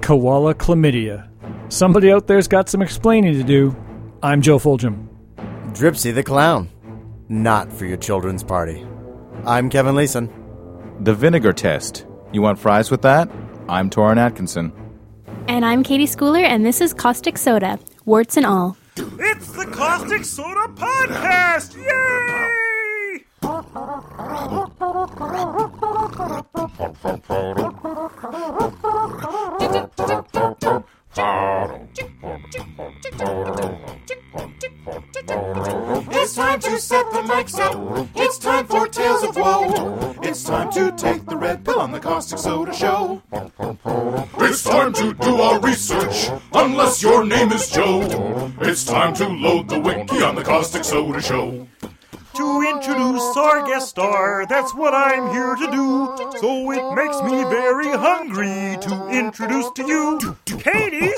Koala chlamydia. Somebody out there's got some explaining to do. I'm Joe Fulgham. Dripsy the Clown. Not for your children's party. I'm Kevin Leeson. The vinegar test. You want fries with that? I'm Torin Atkinson. And I'm Katie Schooler, and this is Caustic Soda, warts and all. It's the Caustic Soda Podcast! Yay! It's time to set the mics up. It's time for Tales of Woe. It's time to take the red pill on the Caustic Soda Show. It's time to do our research, unless your name is Joe. It's time to load the wiki on the Caustic Soda Show. To introduce our guest star, that's what I'm here to do. So it makes me very hungry to introduce to you Katie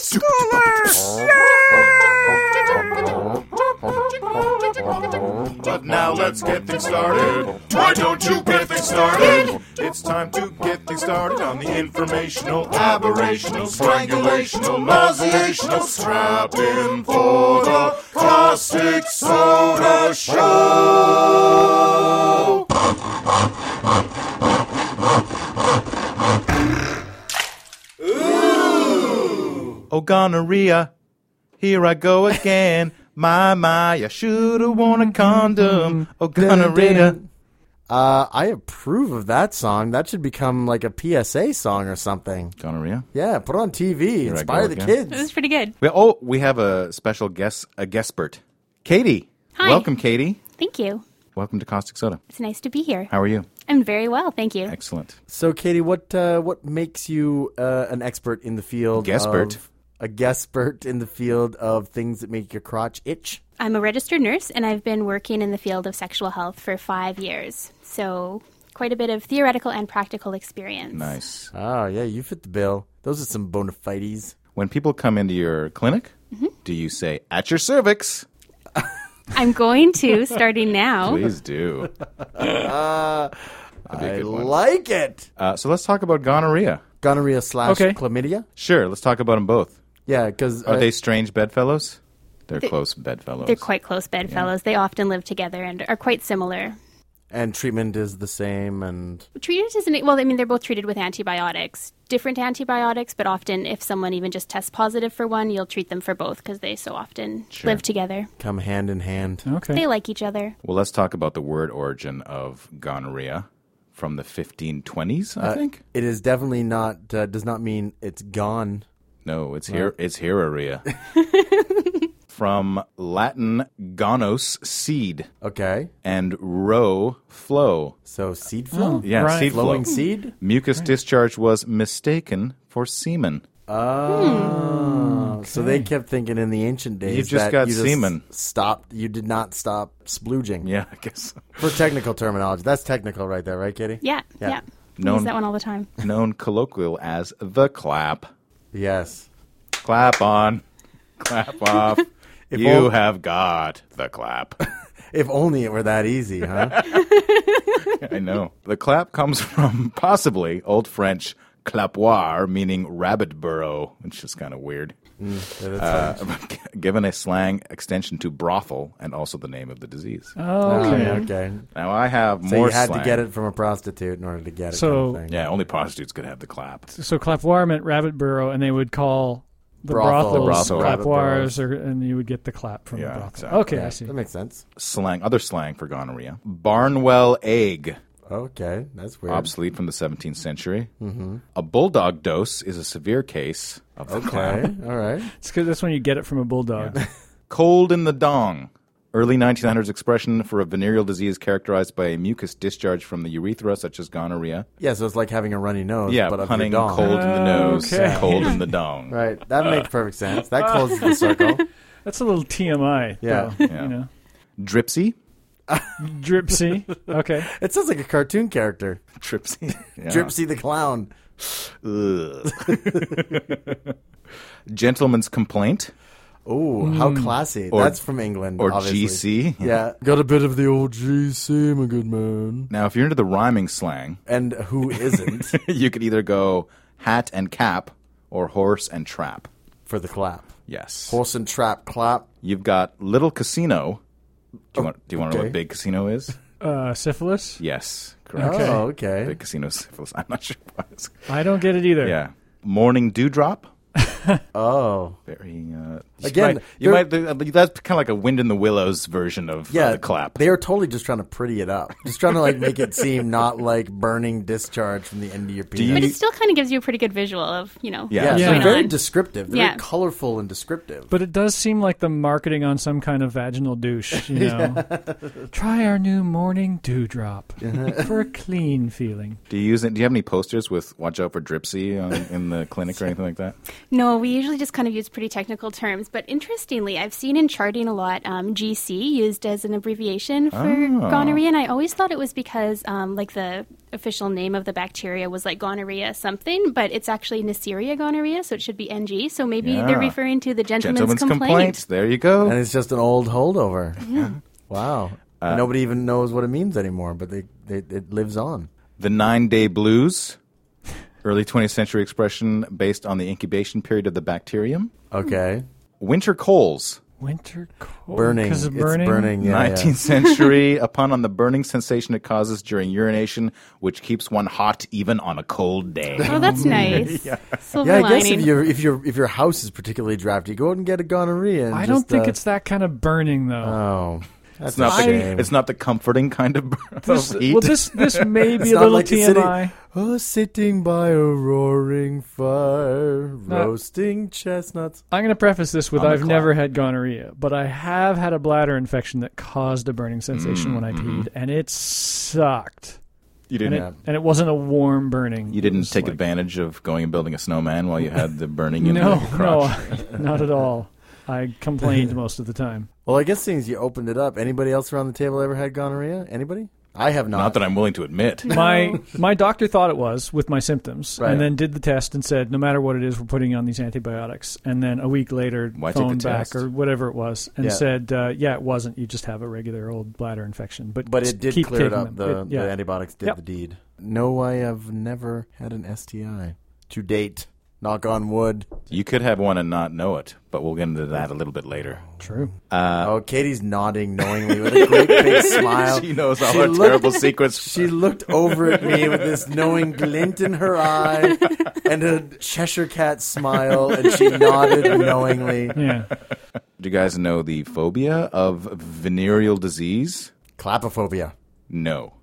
Schooler! But now let's get things started. Why don't you get things started? It's time to get things started on the informational, aberrational, strangulational, nauseational, strapped in for the Caustic Soda Show! Oh, gonorrhea. Here I go again. my, my, I shoulda worn a condom. Oh, gonorrhea. Uh, I approve of that song. That should become like a PSA song or something. Gonorrhea? Yeah, put it on TV. I Inspire go the again. This kids. is pretty good. We, oh, we have a special guest, a guestpert. Katie. Hi. Welcome, Katie. Thank you. Welcome to Caustic Soda. It's nice to be here. How are you? I'm very well, thank you. Excellent. So, Katie, what uh, what makes you uh, an expert in the field? Guestpert. Of, a guestpert in the field of things that make your crotch itch. I'm a registered nurse, and I've been working in the field of sexual health for five years. So, quite a bit of theoretical and practical experience. Nice. Oh yeah, you fit the bill. Those are some bona fides. When people come into your clinic, Mm-hmm. do you say, at your cervix? I'm going to, starting now. Please do. That'd be a I good one. like it. Uh, so let's talk about gonorrhea. Gonorrhea slash Okay. chlamydia. Sure, let's talk about them both. Yeah, because Are they strange bedfellows? They're, close bedfellows. They're quite close bedfellows. They often live together and are quite similar. and treatment is the same and Treated as an, well, I mean, they're both treated with antibiotics. Different antibiotics, but often if someone even just tests positive for one, you'll treat them for both because they so often live together. come hand in hand. They Okay. like each other. Well, let's talk about the word origin of gonorrhea from the 1520s, I think. It is definitely not uh, does not mean it's gone. No, it's here. It's herorrhea. from Latin gonos, seed, Okay, and ro, flow. so seed flow, Yeah, Right. seed flow. flowing seed. Mucus discharge was mistaken for semen. Oh, so they kept thinking in the ancient days You've just that got you semen. Stopped. You did not stop splooging. Yeah, I guess. For technical terminology, that's technical right there, right, Kitty? Yeah, Yeah. yeah. No- Use that one all the time. Known colloquial as the clap. Yes. Clap on, clap off. you all- have got the clap. If only it were that easy, huh? I know. The clap comes from possibly Old French clapoir, meaning rabbit burrow, which is kind of weird. Yeah, that's Uh, given a slang extension to brothel and also the name of the disease. fine. Okay. okay. Now I have Uh, So more you had slang. to get it from a prostitute in order to get it. So- kind of thing. Yeah, only prostitutes could have the clap. So clapoir meant rabbit burrow, and they would call the Brothel. brothels The brothel. Rabbit burrows. clapoirs, or, and you would get the clap from Yeah, the brothel. exactly. Okay, I see. that makes sense. Slang, other slang for gonorrhea. Barnwell egg. Okay, that's weird. obsolete from the 17th century. Mm-hmm. A bulldog dose is a severe case of the clown. okay, all right. It's 'cause that's when you get it from a bulldog. Cold in the dong. Early 1900s expression for a venereal disease characterized by a mucus discharge from the urethra, such as gonorrhea. Yeah, so it's like having a runny nose. Yeah, but up your punning dong. cold in the nose, Okay. cold in the dong. Right, that Uh. makes perfect sense. That closes the circle. That's a little TMI. Yeah. though, Yeah. you know, Dripsy, dripsy. Okay, It sounds like a cartoon character, dripsy, yeah. Dripsy the clown. Ugh. Gentleman's complaint Oh, how classy! Hmm. Or- that's from England, or obviously. GC. Yeah, got a bit of the old GC, my good man. Now, if you're into the rhyming slang, And who isn't? you could either go hat and cap or horse and trap. for the clap. Yes. Horse and trap clap. You've got Little Casino. Do you want, do you want to know Oh, Okay. what Big Casino is? Uh, syphilis? Yes, correct. Okay. Oh, okay. Big Casino is syphilis. I'm not sure what it's. I don't get it either. Yeah. Morning Dewdrop. Oh, Very. Uh, Again, you they're- might, you might, that's kind of like a Wind in the Willows version of uh, yeah. the clap. They are totally just trying to pretty it up. Just trying to like make it seem not like burning discharge from the end of your penis. you- But it still kind of gives you a pretty good visual of, you know, Yeah. yeah, what's so Yeah. going very on. descriptive. They're Yeah. very colorful and descriptive. But it does seem like the marketing on some kind of vaginal douche, you know. Try our new morning dewdrop for a clean feeling. Do you use it? Do you have any posters with "Watch out for Dripsy" on, in the clinic or anything like that? No, we usually just kind of use pretty technical terms. But interestingly, I've seen in charting a lot um, GC used as an abbreviation for Oh, Uh-huh. gonorrhea, and I always thought it was because um, like the official name of the bacteria was like gonorrhea something, but it's actually Neisseria gonorrhea, so it should be NG. So maybe Yeah. they're referring to the gentleman's, Gentleman's complaint. complaint. There you go. and it's just an old holdover. Wow. Uh, And Nobody even knows what it means anymore, but they, they it lives on. The Nine Day Blues, early 20th century expression based on the incubation period of the bacterium. Hmm. Okay. Winter coals, Winter cold. Burning. 'cause of It's burning. Yeah, 19th century, upon on the burning sensation it causes during urination, which keeps one hot even on a cold day. Oh, that's nice. Silver Yeah, I guess lining. if your if your if your house is particularly drafty, go out and get a gonorrhea. And I just, don't think uh, it's that kind of burning though. Uh, Oh, that's It's not, a the, shame. it's not the comforting kind of, This- of heat. well, this this may be It's a not little like you're TMI. Sitting, oh, sitting by a roaring fire, No. roasting chestnuts. I'm going to preface this with On the I've clock. never had gonorrhea, but I have had a bladder infection that caused a burning sensation Mm, when I mm-hmm. peed, and it sucked. you And didn't, it, and it wasn't a warm burning. you It didn't was take like- advantage of going and building a snowman while you had the burning in No, the crotch. no, not at all. I complained most of the time. Well, I guess since you opened it up, anybody else around the table ever had gonorrhea? Anybody? I have not. Not that I'm willing to admit. My my doctor thought it was with my symptoms, Right. and then did the test and said, no matter what it is, we're putting you on these antibiotics. And then a week later, Why take the phoned back test? or whatever it was, and Yeah. said, uh, yeah, it wasn't. You just have a regular old bladder infection. But but just it did keep clear it taking them. up. The, It- yeah. the antibiotics did Yep. the deed. No, I have never had an STI to date. Knock on wood. You could have one and not know it, but we'll get into that a little bit later. True. Uh, oh, Katie's nodding knowingly with a great big smile. She knows all She our looked- terrible secrets. She looked over at me with this knowing glint in her eye and a Cheshire cat smile, and she nodded knowingly. Yeah. Do you guys know the phobia of venereal disease? Clapophobia. No.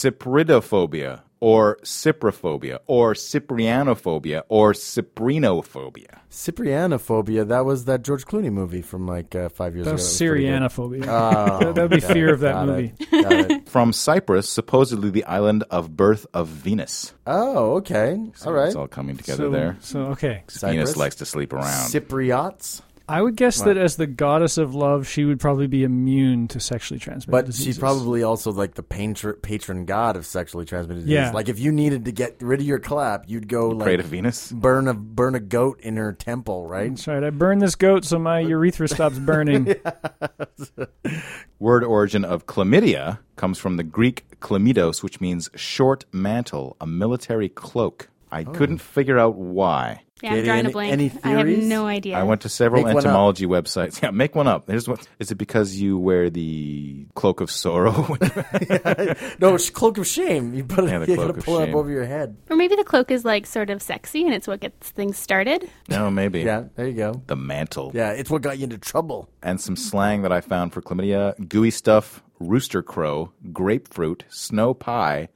Cypridophobia or ciprophobia or cyprianophobia or cyprinophobia. Cyprianophobia, that was that George Clooney movie from like uh, five years That ago. was That pretty good. Oh, Syrianophobia. that would be fear of that Got movie. it. Got it. From Cyprus, supposedly the island of birth of Venus. Oh, okay. all right. It's all coming together So, there. so okay. Venus Cyprus. likes to sleep around. Cypriots. I would guess that as the goddess of love, she would probably be immune to sexually transmitted But diseases. she's probably also like the patron, patron god of sexually transmitted disease. Yeah. Like if you needed to get rid of your clap, you'd go Pray like to Venus. burn a burn a goat in her temple, right? That's right. I burned this goat so my urethra stops burning. Word origin of chlamydia comes from the Greek chlamydos, which means short mantle, a military cloak. I Oh. couldn't figure out why. yeah, I'm Katie, drawing any- a blank. any I have theories? no idea. I went to several Make one up. entomology websites. Yeah, make one up. Here's what: Is it because you wear the cloak of sorrow? No, it's cloak of shame. You put it, Yeah, the you gotta cloak of pull it up shame. over your head. or maybe the cloak is like sort of sexy and it's what gets things started. no, maybe. Yeah, there you go. The mantle. Yeah, it's what got you into trouble. And some slang that I found for chlamydia: gooey stuff, rooster crow, grapefruit, snow pie,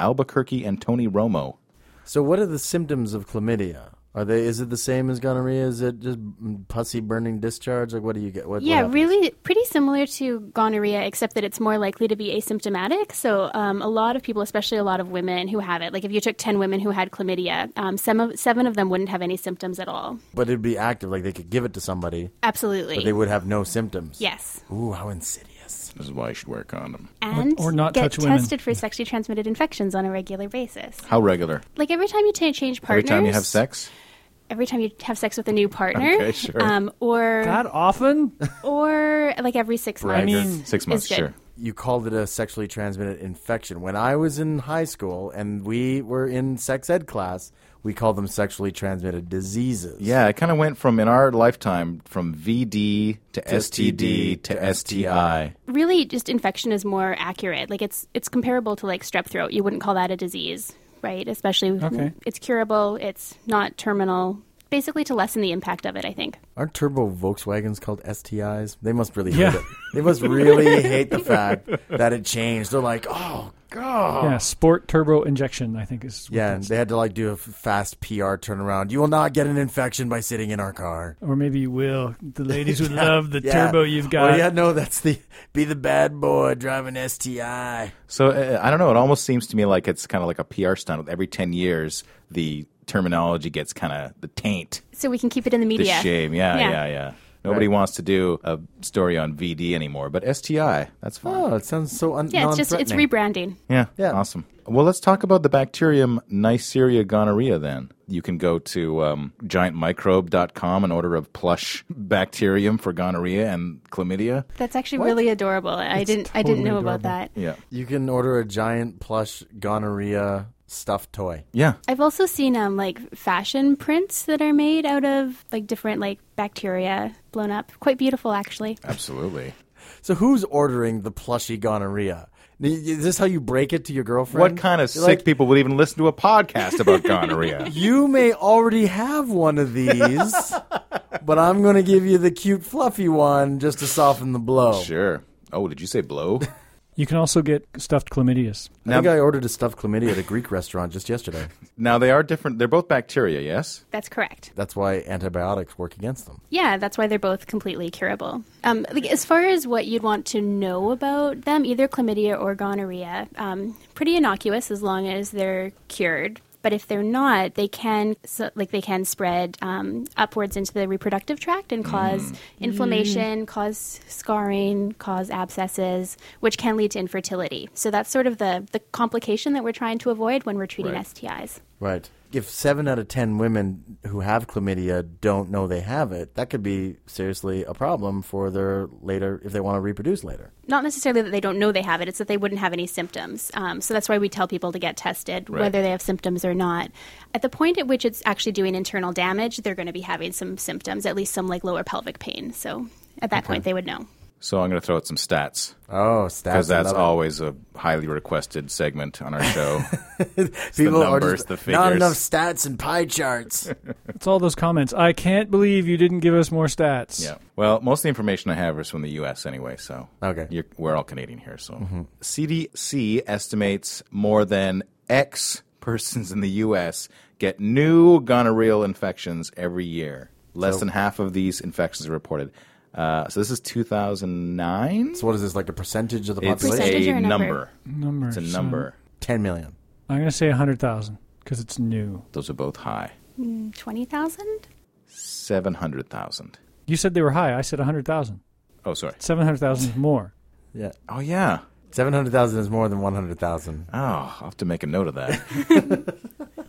Albuquerque, and Tony Romo. So, what are the symptoms of chlamydia? Are they? Is it the same as gonorrhea? Is it just mm, pussy burning discharge? Like, what do you get? What, what Yeah, happens? really pretty similar to gonorrhea, except that it's more likely to be asymptomatic. So, um, a lot of people, especially a lot of women who have it, like if you took 10 women who had chlamydia, um, some of, seven of them wouldn't have any symptoms at all. But it'd be active. Like they could give it to somebody, Absolutely. but they would have no symptoms. yes. Ooh, how insidious. This is why you should wear a condom. And or not get touch women. tested for sexually transmitted infections on a regular basis. How regular? Like every time you ta change Every partners. time you have sex? Every time you have sex with a new partner. Okay, sure. Um, or, that often? or like every six months. mean, Six months, good. sure. you called it a sexually transmitted infection. When I was in high school and we were in sex ed class, we called them sexually transmitted diseases. Yeah, it kind of went from in our lifetime from VD to, STD to to STI. Really, just infection is more accurate. Like it's it's comparable to like strep throat. You wouldn't call that a disease, right? Especially Okay. it's curable. It's not terminal. Basically, to lessen the impact of it, I think. Aren't turbo Volkswagens called STIs? They must really Yeah. hate it. They must really hate the fact that it changed. They're like, oh god. Yeah, sport turbo injection. I think is what Yeah, and that's- they had to like do a f- fast PR turnaround. You will not get an infection by sitting in our car. or maybe you will. The ladies would love the Yeah. turbo you've got. Oh yeah, no, that's the be the bad boy driving STI. So uh, I don't know. It almost seems to me like it's kind of like a PR stunt. Every ten years, the terminology gets kind of the taint, So we can keep it in the the media. shame. Yeah, yeah, Yeah. yeah. Nobody wants to do a story on VD anymore, but STI, that's fine. Oh, it sounds so un- Yeah, it's just it's non-threatening. rebranding. Yeah, Yeah. awesome. Well, let's talk about the bacterium Neisseria gonorrhea then. You can go to um, giantmicrobe.com and order a plush bacterium for gonorrhea and chlamydia. That's actually really adorable. I didn't I didn't know about that. Yeah. You can order a giant plush gonorrhea stuffed toy. Yeah. I've also seen um like fashion prints that are made out of like different like bacteria blown up. Quite beautiful actually. Absolutely. So who's ordering the plushy gonorrhea? N- Is this how you break it to your girlfriend? What kind of You're sick like, people would even listen to a podcast about gonorrhea? You may already have one of these, but I'm going to give you the cute fluffy one just to soften the blow. Sure. Oh, did you say blow? You can also get stuffed chlamydias. I think I ordered a stuffed chlamydia at a Greek restaurant just yesterday. Now they are different. They're both bacteria, yes? That's correct. That's why antibiotics work against them. Yeah, that's why they're both completely curable. Um, like, as far as what you'd want to know about them, either chlamydia or gonorrhea, um, pretty innocuous as long as they're cured. But if they're not, they can so, like they can spread um, upwards into the reproductive tract and cause inflammation, cause scarring, cause abscesses, which can lead to infertility. So that's sort of the the complication that we're trying to avoid when we're treating Right. STIs. Right. If seven out of ten women who have chlamydia don't know they have it, that could be seriously a problem for their later, if they want to reproduce later. not necessarily that they don't know they have it, it's that they wouldn't have any symptoms. Um, so that's why we tell people to get tested, whether they have symptoms or not. At the point at which it's actually doing internal damage, they're going to be having some symptoms, at least some like lower pelvic pain. So at that point, they would know. So I'm going to throw out some stats Oh, stats. because that's another- always a highly requested segment on our show. People are numbers, just, the not figures." enough stats and pie charts. It's all those comments. I can't believe you didn't give us more stats. Yeah. Well, most of the information I have is from the U.S. anyway, so Okay. you're, we're all Canadian here. So CDC estimates more than X persons in the U.S. get new gonorrheal infections every year. Less than half of these infections are reported. Uh, so this is 2009. so what is this like a percentage of the It's population? Percentage or a a number. number? Numbers. It's a number. Ten million. I'm going to say 100,000 because it's new. Those are both high. Mm, 20,000? Seven hundred thousand. You said they were high. I said 100,000. Oh, sorry. 700,000 is more. Yeah, Oh, yeah. seven hundred thousand is more than one hundred thousand. Oh, I'll have to make a note of that.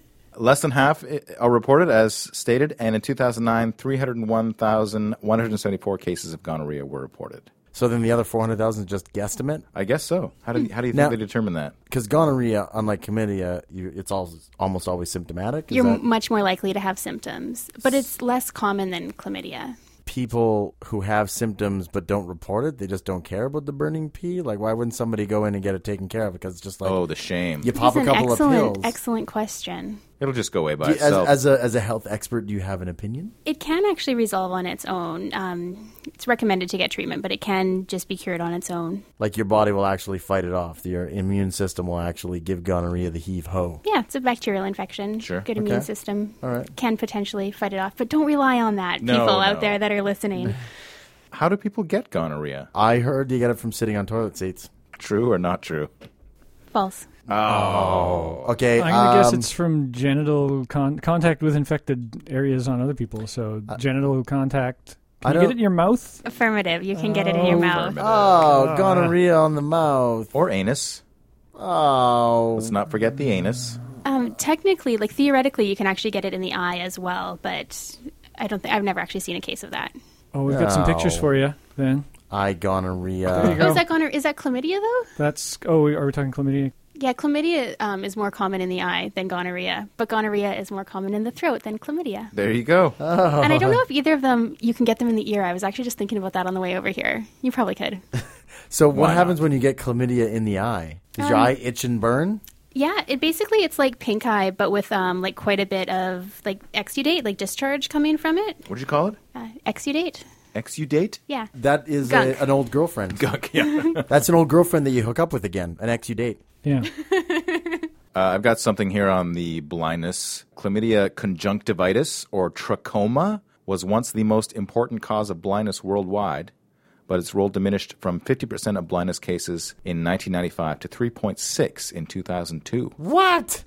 Less than half i- are reported as stated, and in 2009, 301,174 cases of gonorrhea were reported. So then the other four hundred thousand is just guesstimate I guess so. How do, how do you think Hmm. Now- they determine that? because gonorrhea, unlike chlamydia, you, it's all almost always symptomatic. Is You're that much more likely to have symptoms, but it's less common than chlamydia. people who have symptoms but don't report it, they just don't care about the burning pee. Like, why wouldn't somebody go in and get it taken care of? Because it's just like Oh, the shame. you pop a That's an couple of excellent, pills. excellent question. It'll just go away by Do you- as, itself. as a as a health expert, do you have an opinion? It can actually resolve on its own. Um, it's recommended to get treatment, but it can just be cured on its own. Like your body will actually fight it off. Your immune system will actually give gonorrhea the heave ho. Yeah, it's a bacterial infection. Sure. Good immune Okay. system All right. can potentially fight it off, but don't rely on that. No, people no. out there that are listening, how do people get gonorrhea? I heard you get it from sitting on toilet seats. True or not true? false. Oh. Okay, I'm going to guess um, it's from genital con- contact with infected areas on other people. So genital contact. Can I you get don't- it in your mouth? Affirmative. You can get it in your mouth. Oh, Affirmative. gonorrhea on the mouth. Or anus. Oh, Let's not forget the anus. Um, technically, like theoretically, you can actually get it in the eye as well, but I don't think I've never actually seen a case of that. Oh, we've got some pictures No. for you then. I There you gonorrhea. go. Oh, is that gonorrhea? Is that chlamydia though? That's oh, are we talking chlamydia? Yeah, chlamydia um, is more common in the eye than gonorrhea, but gonorrhea is more common in the throat than chlamydia. There you go. And I don't know if either of them you can get them in the ear. I was actually just thinking about that on the way over here. You probably could. So what happens when you get chlamydia in the eye? Does Um, your eye itch and burn? Yeah, it basically it's like pink eye, but with um, like quite a bit of like exudate, like discharge coming from it. what did you call it? Uh, exudate. Exudate? Yeah. That is Gunk. a, an old girlfriend. Gunk, yeah. That's an old girlfriend that you hook up with again, an ex you date. Yeah, Uh, I've got something here on the blindness. Chlamydia conjunctivitis or trachoma was once the most important cause of blindness worldwide, but its role diminished from 50% of blindness cases in 1995 to 3.6 in 2002. What?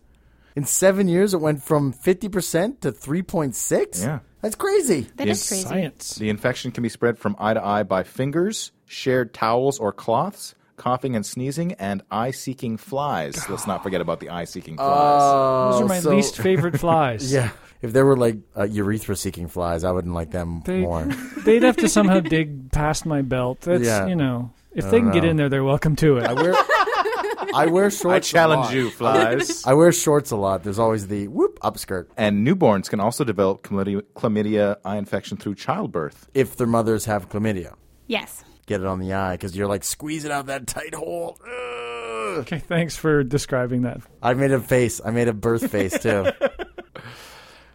In seven years, it went from 50% to 3.6? Yeah. That's crazy. that is Is crazy. science. The infection can be spread from eye to eye by fingers, shared towels or cloths, coughing and sneezing, and eye-seeking flies. Let's not forget about the eye-seeking flies. Those Oh, are my so- least favorite flies. Yeah. If there were like uh, urethra seeking flies, I wouldn't like them They- more. They'd have to somehow dig past my belt. That's Yeah. you know, if they can get in there, they're welcome to it. I wear, I wear shorts. I a challenge lot. you, flies. I wear shorts a lot. There's always the whoop upskirt and newborns can also develop chlamydia, chlamydia eye infection through childbirth. if their mothers have chlamydia. Yes. Get it on the eye because you're like squeezing out that tight hole. Ugh. Okay, thanks for describing that. I made a face. I made a birth face too.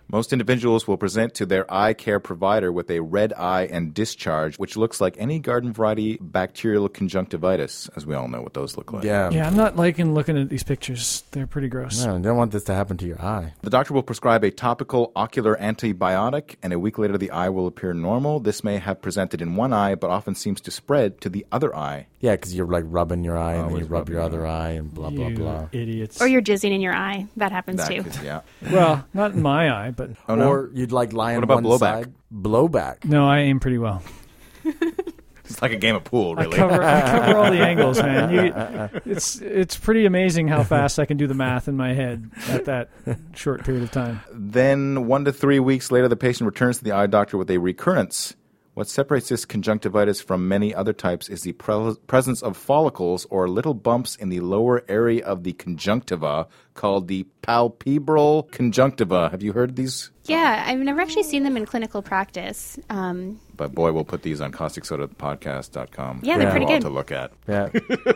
Most individuals will present to their eye care provider with a red eye and discharge, which looks like any garden variety bacterial conjunctivitis, as we all know what those look like. Yeah. Yeah, I'm not liking looking at these pictures. They're pretty gross. No, I don't want this to happen to your eye. The doctor will prescribe a topical ocular antibiotic, and a week later the eye will appear normal. This may have presented in one eye, but often seems to spread to the other eye. Yeah, because you're like rubbing your eye and then you Always rub your rubbing other eye and blah blah You blah. idiots. Or you're jizzing in your eye. That happens That too. could- yeah. well, not in my eye, but Oh, no. Or you'd like lie on What one about blowback? side. Blowback. no, I aim pretty well. It's like a game of pool, I really. cover, I cover all the angles, man. You, it's it's pretty amazing how fast I can do the math in my head at that short period of time. Then, one to three weeks later, the patient returns to the eye doctor with a recurrence. What separates this conjunctivitis from many other types is the pre- presence of follicles or little bumps in the lower area of the conjunctiva called the palpebral conjunctiva. Have you heard these? Yeah, I've never actually seen them in clinical practice. Um, But boy, we'll put these on causticsodapodcast.com. Yeah, they're for you pretty all good. to look at. Yeah,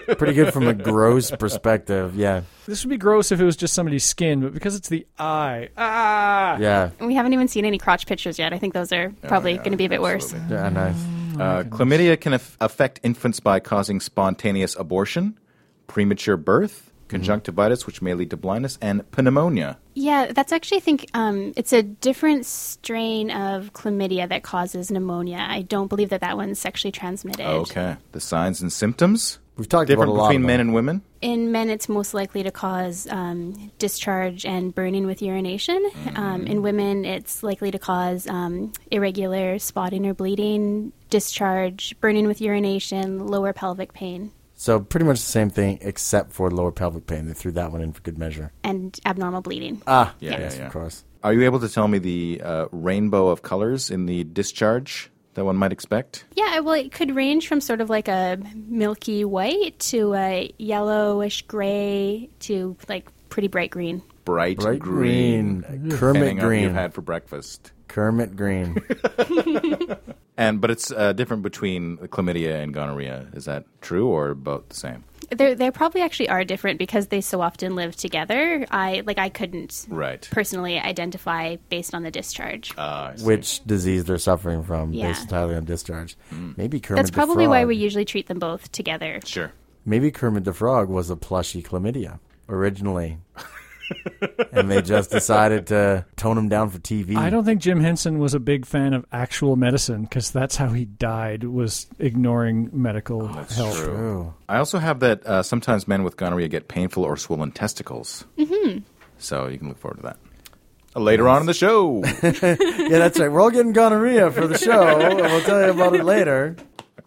pretty good from a gross perspective. Yeah, This would be gross if it was just somebody's skin, but because it's the eye, ah, yeah. and we haven't even seen any crotch pictures yet. I think those are probably Oh, yeah, going to be a bit worse. absolutely. Yeah, nice. Oh Uh, chlamydia can aff affect infants by causing spontaneous abortion, premature birth, conjunctivitis, which may lead to blindness, and pneumonia. Yeah, that's actually I think um, it's a different strain of chlamydia that causes pneumonia. I don't believe that that one's sexually transmitted. Okay. The signs and symptoms. We've talked about different a lot between of men them. and women. In men, it's most likely to cause um, discharge and burning with urination. Um, in women, it's likely to cause um, irregular spotting or bleeding, discharge, burning with urination, lower pelvic pain, So pretty much the same thing, except for lower pelvic pain. They threw that one in for good measure. and abnormal bleeding. Ah, Yeah, yes, yeah, yeah. of course. Are you able to tell me the uh, rainbow of colors in the discharge that one might expect? yeah, well, it could range from sort of like a milky white to a yellowish gray to like pretty bright green. Bright, Bright green, Kermit Depending on what green, you've had for breakfast. Kermit green. And but it's uh, different between chlamydia and gonorrhea. Is that true or both the same? They they probably actually are different because they so often live together. I like I couldn't Right. personally identify based on the discharge. Uh, Which disease they're suffering from, Yeah. based entirely on discharge. Mm. Maybe Kermit. That's the probably why Frog- we usually treat them both together. sure. Maybe Kermit the Frog was a plushy chlamydia originally. and they just decided to tone him down for TV. I don't think Jim Henson was a big fan of actual medicine because that's how he died was ignoring medical help. True. I also have that uh, sometimes men with gonorrhea get painful or swollen testicles. Mm-hmm. So you can look forward to that. Later on in the show. Yeah, that's right. We're all getting gonorrhea for the show. and we'll tell you about it later.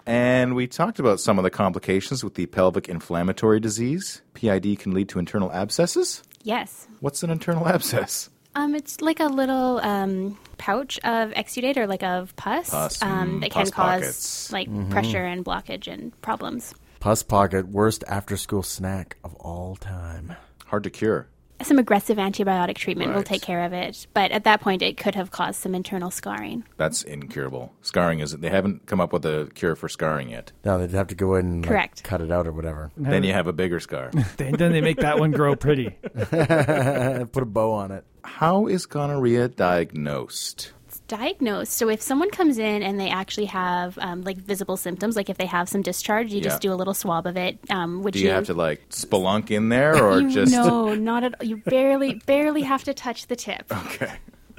And we talked about some of the complications with the pelvic inflammatory disease. PID can lead to internal abscesses. Yes. What's an internal abscess? Um, it's like a little um, pouch of exudate or like of pus, Pus, um, mm, that pus can cause pockets. like pressure and blockage and problems. Puss Pocket, worst after school snack of all time. Hard to cure. Some aggressive antibiotic treatment will Right. take care of it, but at that point, it could have caused some internal scarring. That's incurable. Scarring is they haven't come up with a cure for scarring yet. No, they'd have to go in and like, Correct. cut it out or whatever. Then you have a bigger scar. Then, then they make that one grow pretty. Uh, And put a bow on it. How is gonorrhea diagnosed? diagnosed. So if someone comes in and they actually have um, like visible symptoms, like if they have some discharge, you just Yeah. do a little swab of it. Um, which Do you have to like spelunk in there or You- just no, not at all. You barely, barely have to touch the tip. okay?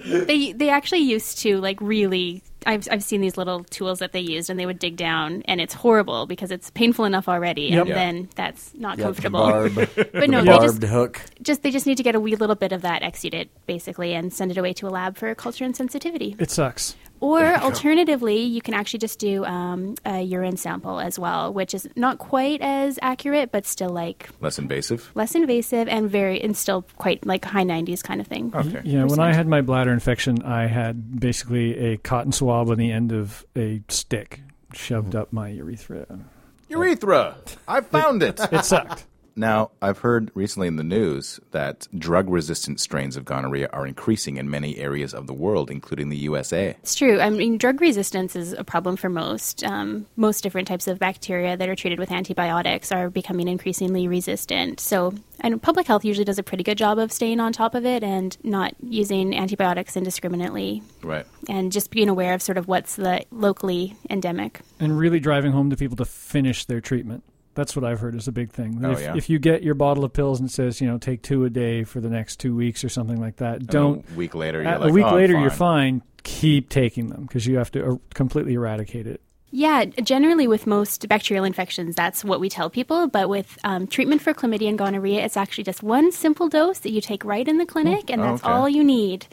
They, they actually used to like really. I've, I've seen these little tools that they used, and they would dig down, and it's horrible because it's painful enough already, and Yeah. then that's not Yeah, the comfortable. barb, but no, they barbed just, hook. just they just need to get a wee little bit of that exudate basically, and send it away to a lab for culture and sensitivity. It sucks. Or alternatively, you can actually just do um, a urine sample as well, which is not quite as accurate, but still like Less invasive. less invasive and very and still quite like high 90s kind of thing. Okay. Yeah, when I had my bladder infection, I had basically a cotton swab on the end of a stick shoved up my urethra. Urethra. I found it. It sucked. Now, I've heard recently in the news that drug resistant strains of gonorrhea are increasing in many areas of the world, including the USA. It's true. I mean, drug resistance is a problem for most. Um, most different types of bacteria that are treated with antibiotics are becoming increasingly resistant. So, and public health usually does a pretty good job of staying on top of it and not using antibiotics indiscriminately Right. and just being aware of sort of what's the locally endemic. and really driving home to people to finish their treatment. That's what I've heard is a big thing. Oh, if, yeah. if you get your bottle of pills and it says, you know, take two a day for the next two weeks or something like that, don't. A week later, you're A, like, a week "Oh, I'm later, you're fine. Keep taking them because you have to er- completely eradicate it. Yeah, generally with most bacterial infections, that's what we tell people. But with um, treatment for chlamydia and gonorrhea, it's actually just one simple dose that you take right in the clinic, and Oh, that's okay. all you need.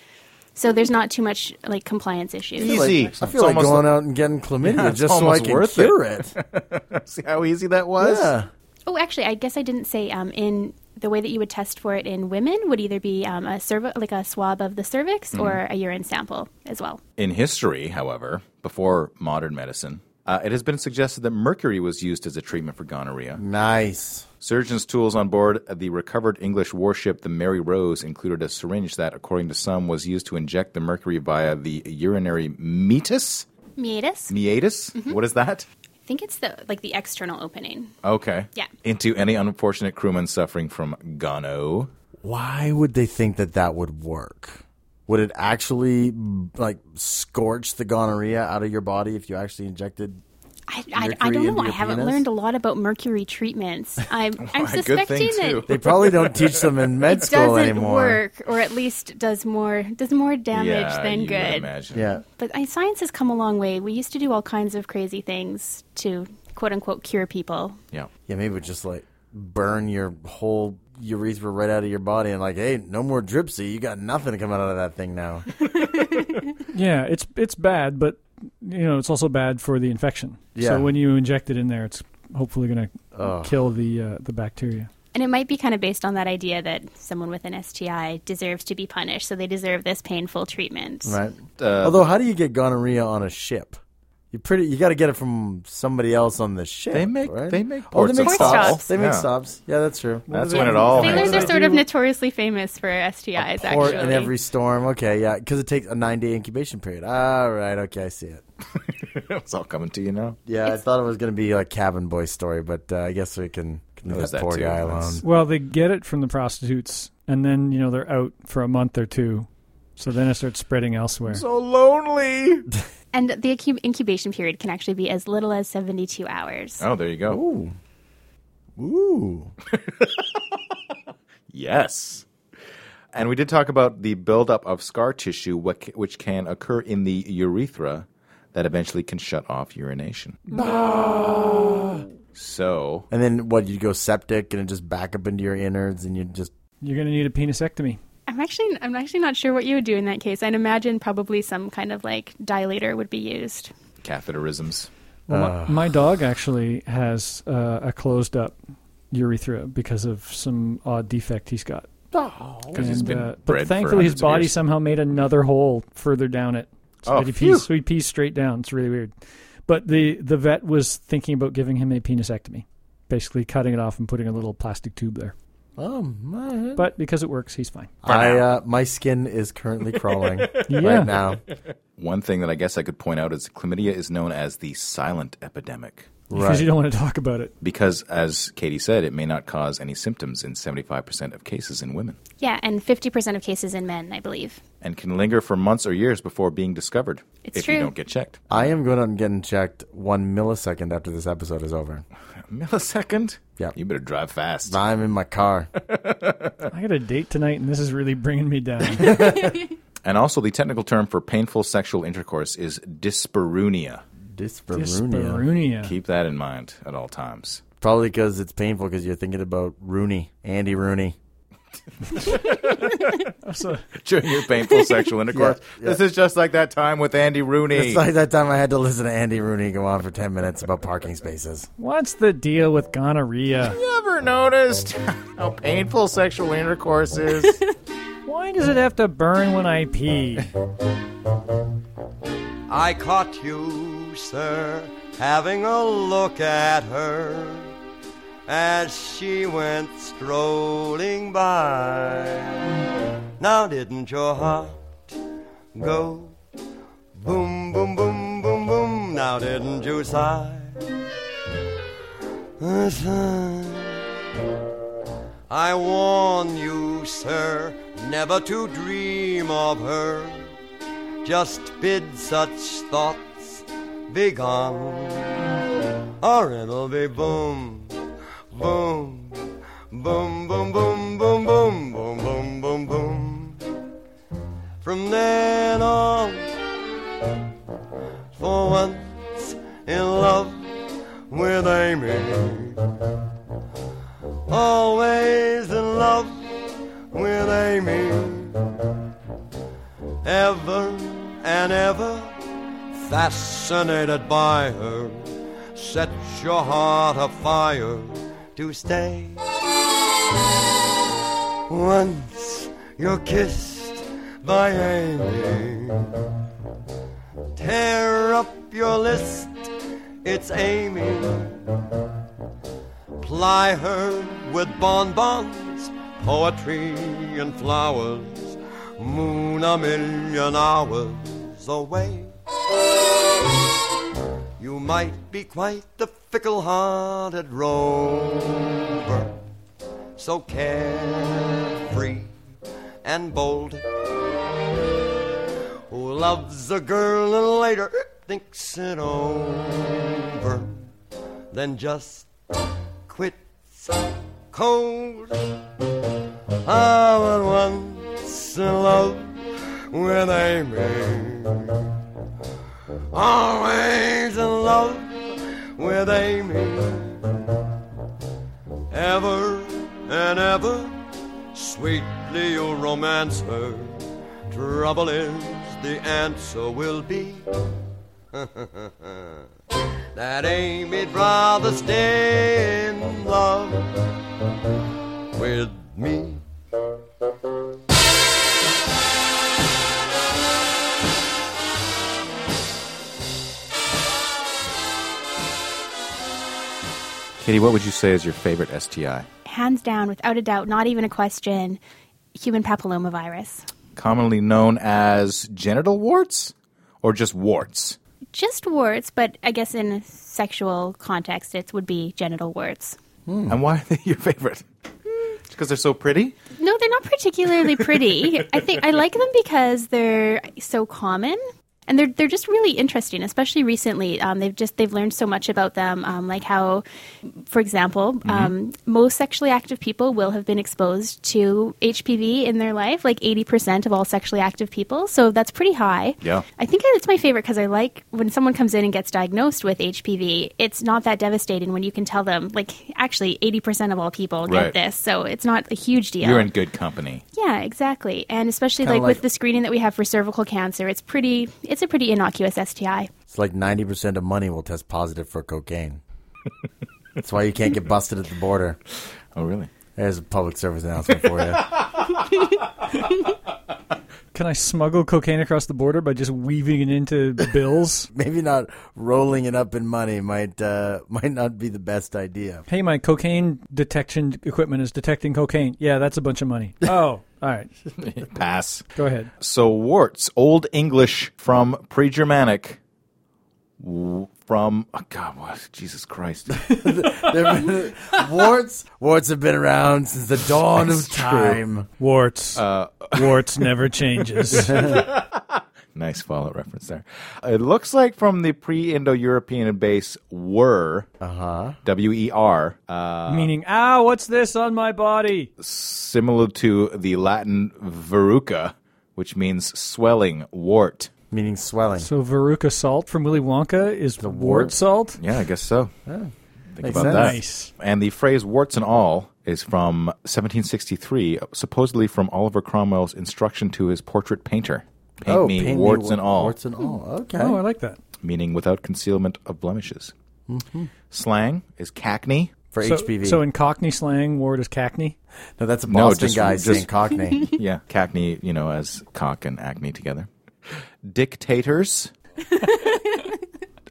So there's not too much like compliance issues. Easy. I feel like almost going out and getting chlamydia Yeah, it's just so I almost can worth it. cure it. See how easy that was? yeah. Oh, actually, I guess I didn't say um, in the way that you would test for it in women would either be um, a cerv- like a swab of the cervix Mm-hmm. or a urine sample as well. In history, however, before modern medicine, uh, it has been suggested that mercury was used as a treatment for gonorrhea. Nice. Surgeons' tools on board the recovered English warship the Mary Rose included a syringe that, according to some, was used to inject the mercury via the urinary meatus. Meatus, Meatus? Mm-hmm. What is that? I think it's the like the external opening. Okay. Yeah. Into any unfortunate crewman suffering from gono. Why would they think that that would work? Would it actually like scorch the gonorrhea out of your body if you actually injected? I, I, I Mercury don't into know. I your haven't penis? learned a lot about mercury treatments. I'm, Why, I'm good thing, suspecting that too. They probably don't teach them in med it school doesn't anymore. work, or at least does more does more damage yeah, than you would good. imagine. Yeah. But I, science has come a long way. We used to do all kinds of crazy things to quote unquote cure people. Yeah. Yeah, maybe it would just like burn your whole urethra right out of your body and like, hey, no more dripsy. You got nothing coming out of that thing now. Yeah, it's it's bad, but you know, it's also bad for the infection. Yeah. So when you inject it in there, it's hopefully going to kill the uh, the bacteria. And it might be kind of based on that idea that someone with an STI deserves to be punished, so they deserve this painful treatment. Right. Uh, Although, how do you get gonorrhea on a ship? You pretty. You got to get it from somebody else on the ship. They make- right? they make oh, ports they make and stops. stops. They make Yeah. stops. Yeah, that's true. What That's do they when it do? all hangs Sailors are out. sort of notoriously famous for STIs, Port actually. in every storm. Okay, yeah, because it takes a nine-day incubation period. All right, okay, I see it. It's all coming to you now. Yeah, I thought it was going to be a cabin boy story, but uh, I guess we can, can leave There's that, that poor too. guy alone. That's- Well, they get it from the prostitutes, and then you know they're out for a month or two, so then it starts spreading elsewhere. So lonely. and the incu- incubation period can actually be as little as 72 hours. Oh, there you go. Ooh, ooh, Yes. And we did talk about the buildup of scar tissue, what c- which can occur in the urethra that eventually can shut off urination. So, and then what? You'd go septic, and it just back up into your innards, and you would just You're going to need a penisectomy. I'm actually I'm actually not sure what you would do in that case. I'd imagine probably some kind of like dilator would be used. catheterisms. Well, my, my dog actually has uh, a closed up urethra because of some odd defect he's got. Oh. because he's And, been uh, bred but for thankfully, his hundreds of body years. somehow made another hole further down it. So Oh, that he phew. pees, so he pees straight down. It's really weird. But the the vet was thinking about giving him a penisectomy, basically cutting it off and putting a little plastic tube there. Oh my! But because it works, he's fine. I uh, my skin is currently crawling Yeah. right now. One thing that I guess I could point out is chlamydia is known as the silent epidemic Because you Right. don't want to talk about it. because, as Katie said, it may not cause any symptoms in 75% of cases in women Yeah, and 50% of cases in men, I believe. and can linger for months or years before being discovered It's if you true. don't get checked. I am going on getting checked one millisecond after this episode is over. A millisecond? Yeah. You better drive fast. I'm in my car. I got a date tonight, and this is really bringing me down. And also, the technical term for painful sexual intercourse is dyspareunia. Dyspareunia. Dyspareunia. Keep that in mind at all times. Probably because it's painful because you're thinking about Rooney, Andy Rooney. So- During your painful sexual intercourse. yeah. This is just like that time with Andy Rooney. It's like that time I had to listen to Andy Rooney go on for 10 minutes about parking spaces. what's the deal with gonorrhea? you ever noticed how painful sexual intercourse is? Why does it have to burn when I pee? I caught you, sir, having a look at her as she went strolling by. Now, didn't your heart go boom, boom, boom, boom, boom? Now, didn't you sigh? Uh, sigh. I warn you, sir, never to dream of her just bid such thoughts be gone, or it'll be boom, boom, boom, boom, boom, boom, boom, boom, boom, boom, boom. From then on, for once in love with Amy, always in love with Amy ever and ever fascinated by her. Set your heart afire to stay. Once you're kissed by Amy, tear up your list. It's Amy. Ply her with bonbons, poetry, and flowers. Moon a million hours away. You might be quite the fickle hearted rover, so carefree and bold. Who loves a girl and later thinks it over, then just quits cold. I was once in love with Amy. Always in love with Amy. Ever and ever, sweetly you'll romance her. Trouble is, the answer will be that Amy'd rather stay in love with me. Katie, what would you say is your favorite STI? Hands down, without a doubt, not even a question, human papillomavirus. Commonly known as genital warts or just warts? Just warts, but I guess in a sexual context, it would be genital warts. Hmm. And why are they your favorite? Just because they're so pretty? No, they're not particularly pretty. I think I like them because they're so common. And they're, they're just really interesting, especially recently. Um, they've just they've learned so much about them, um, like how, for example, Mm-hmm. um, most sexually active people will have been exposed to HPV in their life, like eighty percent of all sexually active people. So that's pretty high. Yeah. I think it's my favorite because I like when someone comes in and gets diagnosed with HPV. It's not that devastating when you can tell them, like, actually, eighty percent of all people Right. get this, so it's not a huge deal. You're in good company. Yeah, exactly. And especially Kinda like, like- with the screening that we have for cervical cancer, it's pretty it's a pretty innocuous STI. It's like 90% of money will test positive for cocaine. That's why you can't get busted at the border. Oh, really? There's a public service announcement for you. Can I smuggle cocaine across the border by just weaving it into bills? Maybe not rolling it up in money might uh, might not be the best idea. hey, my cocaine detection equipment is detecting cocaine. Yeah, that's a bunch of money. Oh, all right. Pass. Go ahead. So warts, Old English from pre-Germanic, w- from oh God, what? Jesus Christ! There've been- warts warts have been around since the dawn of That's true. time. Warts. Warts never changes. nice follow reference there. It looks like from the pre-Indo-European base were uh-huh. W E R, uh, Meaning, ah, what's this on my body? similar to the Latin verruca, which means swelling, wart. Meaning swelling. So Veruca salt from Willy Wonka is the wart salt. Yeah, I guess so. Think makes about sense. that. Nice. And the phrase warts and all is from 1763, supposedly from Oliver Cromwell's instruction to his portrait painter. Paint me paint warts wa- and all, Oh, Warts and all. Okay. Oh, I like that. meaning without concealment of blemishes. Mm-hmm. Slang is cackney. For So, HPV. so in Cockney slang, wart is cackney. no, that's a Boston No, just- guy just- saying Cockney. Yeah, cackney, you know, as cock and acne together. Dictators.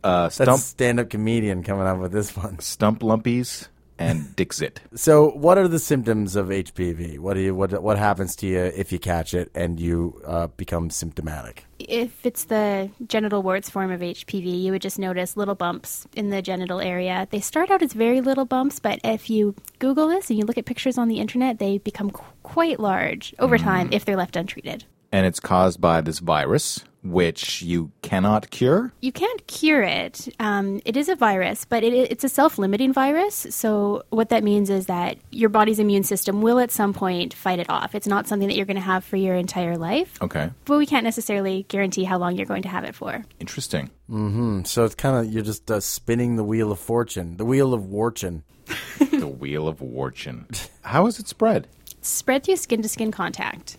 uh, That's stump, a stand-up comedian coming up with this one. stump lumpies, and Dixit. So, what are the symptoms of HPV? What do you what what happens to you if you catch it and you uh, become symptomatic? If it's the genital warts form of HPV, you would just notice little bumps in the genital area. They start out as very little bumps, but if you Google this and you look at pictures on the internet, they become qu- quite large over Mm. time if they're left untreated. And it's caused by this virus, which you cannot cure. You can't cure it. Um, it is a virus, but it, it's a self limiting virus. So, what that means is that your body's immune system will at some point fight it off. It's not something that you're going to have for your entire life, Okay, but we can't necessarily guarantee how long you're going to have it for. interesting. So it's kind of you're just uh, spinning the wheel of fortune, the wheel of fortune. the Wheel of Fortune. How is it spread? spread through skin to skin contact.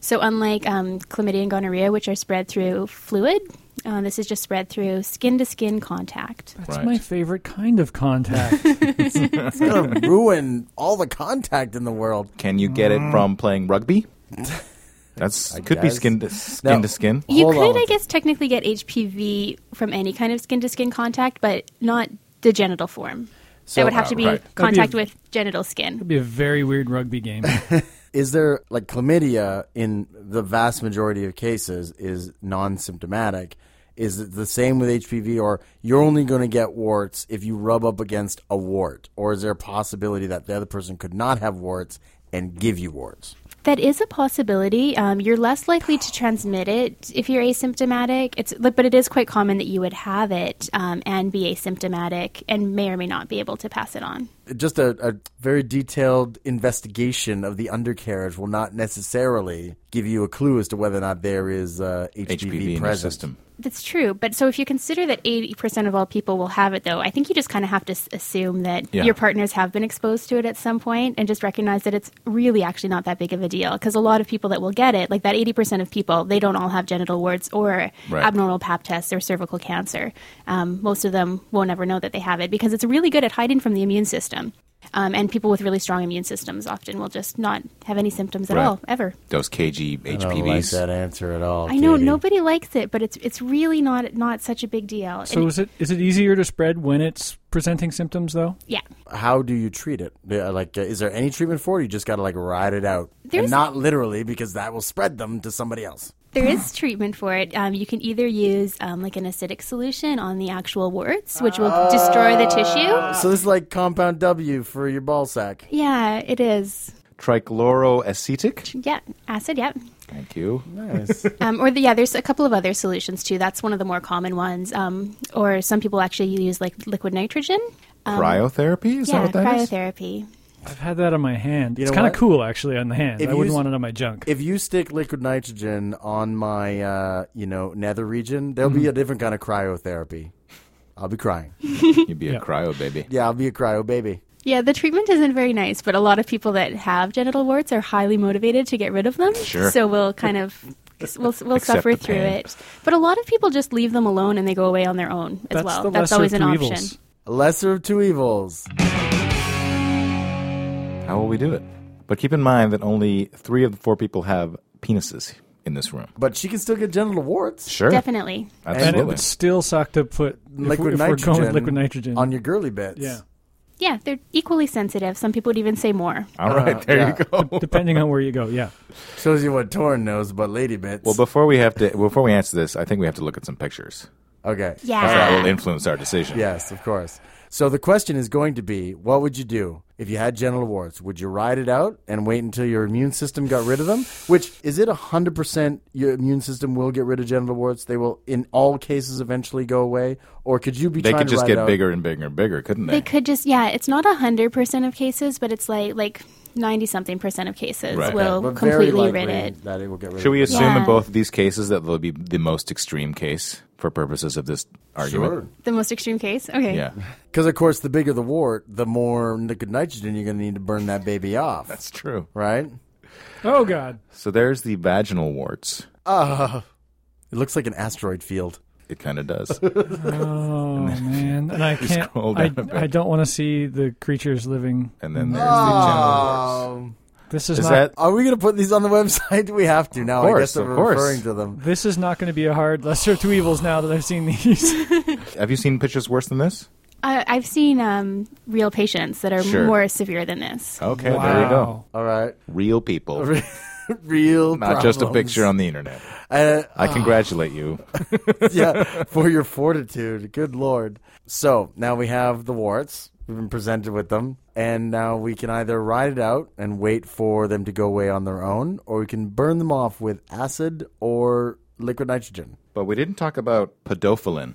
So, unlike um, chlamydia and gonorrhea, which are spread through fluid, uh, this is just spread through skin to skin contact. That's Right. my favorite kind of contact. It's gonna ruin all the contact in the world. Can you get it from playing rugby? That's could be guess. skin to skin No. to skin. You Hold on. could, I guess, technically get HPV from any kind of skin to skin contact, but not the genital form. So, it would have to be Right. That'd be contact a- with genital skin. be a very weird rugby game. Is there like chlamydia in the vast majority of cases is non-symptomatic? Is it the same with HPV, or you're only going to get warts if you rub up against a wart, or is there a possibility that the other person could not have warts and give you warts? That is a possibility. Um, you're less likely to transmit it if you're asymptomatic. It's, but it is quite common that you would have it um, and be asymptomatic and may or may not be able to pass it on. just a, a very detailed investigation of the undercarriage will not necessarily give you a clue as to whether or not there is uh, HPV, HPV in your present. system. That's true. But so if you consider that 80% of all people will have it, though, I think you just kind of have to s- assume that Yeah. your partners have been exposed to it at some point and just recognize that it's really actually not that big of a deal. Because a lot of people that will get it, like that 80% of people, they don't all have genital warts or Right. abnormal pap tests or cervical cancer. Um, most of them won't ever know that they have it because it's really good at hiding from the immune system. Um, and people with really strong immune systems often will just not have any symptoms at Right. all, ever. Those KG I don't like HPVs. that answer at all. I know Katie. nobody likes it, but it's it's really not not such a big deal. so And- is it is it easier to spread when it's presenting symptoms though? yeah. How do you treat it? Yeah, Like, uh, is there any treatment for it? You just got to like ride it out, There's- and not literally because that will spread them to somebody else. There is treatment for it. Um, you can either use um, like an acidic solution on the actual warts, which will destroy the tissue. So this is like compound W for your ball sack. Yeah, it is. Trichloroacetic. Yeah, acid. Yeah, Thank you. Nice. um, or the, yeah. There's a couple of other solutions too. That's one of the more common ones. Um, or some people actually use like liquid nitrogen. Cryotherapy. Is yeah, that what that is? cryotherapy. I've had that on my hand. You it's know kind of what? cool actually on the hand. If I wouldn't you s- want it on my junk. if you stick liquid nitrogen on my uh, you know nether region, there'll Mm-hmm. be a different kind of cryotherapy. I'll be crying. You'd be a cryo baby. Yeah, I'll be a cryo baby. Yeah, the treatment isn't very nice, but a lot of people that have genital warts are highly motivated to get rid of them. Sure. So we'll kind of we'll we'll Accept suffer the through pain. it. But a lot of people just leave them alone and they go away on their own as That's well. the That's lesser always of an two option. evils. Lesser of two evils. How will we do it? But keep in mind that only three of the four people have penises in this room. But she can still get genital warts. Sure. Definitely. And it Absolutely. would still suck to put if we- Liquid if we're nitrogen, going with liquid nitrogen on your girly bits. Yeah, Yeah, they're equally sensitive. Some people would even say more. All right, there you go. depending on where you go. Yeah, Shows you what Torn knows about lady bits. Well, before we have to before we answer this, I think we have to look at some pictures. okay. That Yeah. will influence our decision. Yes, of course. So the question is going to be, what would you do if you had genital warts? Would you ride it out and wait until your immune system got rid of them? Which is it 100% your immune system will get rid of genital warts? They will in all cases eventually go away or could you be They trying could to just ride it get out? bigger and bigger and bigger, couldn't they? They could just yeah, it's not hundred percent of cases, but it's like like ninety something percent of cases Right. will But very completely likely rid it. That it will get rid Should of we it. assume in Yeah. both of these cases that they'll be the most extreme case for purposes of this argument? Sure. The most extreme case? Okay. Yeah. Because of course, the bigger the wart, the more liquid nitrogen you're going to need to burn that baby off. That's true. right. Oh God. So there's the vaginal warts. Uh. It looks like an asteroid field. It kind of does. Oh man. And I can't. scroll I, down a bit. I don't want to see the creatures living. And then there's the genital warts. Um, This is, Is not. that are we going to put these on the website? We have to now. I course, guess that of we're course. referring to them. this is not going to be a hard lesser of two evils now that I've seen these. Have you seen pictures worse than this? I, I've seen um, real patients that are Sure. more severe than this. Okay, there you go. All right, Real people, not real. just a problems. picture on the internet. Uh, I congratulate you. yeah, for your fortitude. Good lord. So now we have the warts. We've been presented with them, and now we can either ride it out and wait for them to go away on their own, or we can burn them off with acid or liquid nitrogen. But we didn't talk about pedophilin,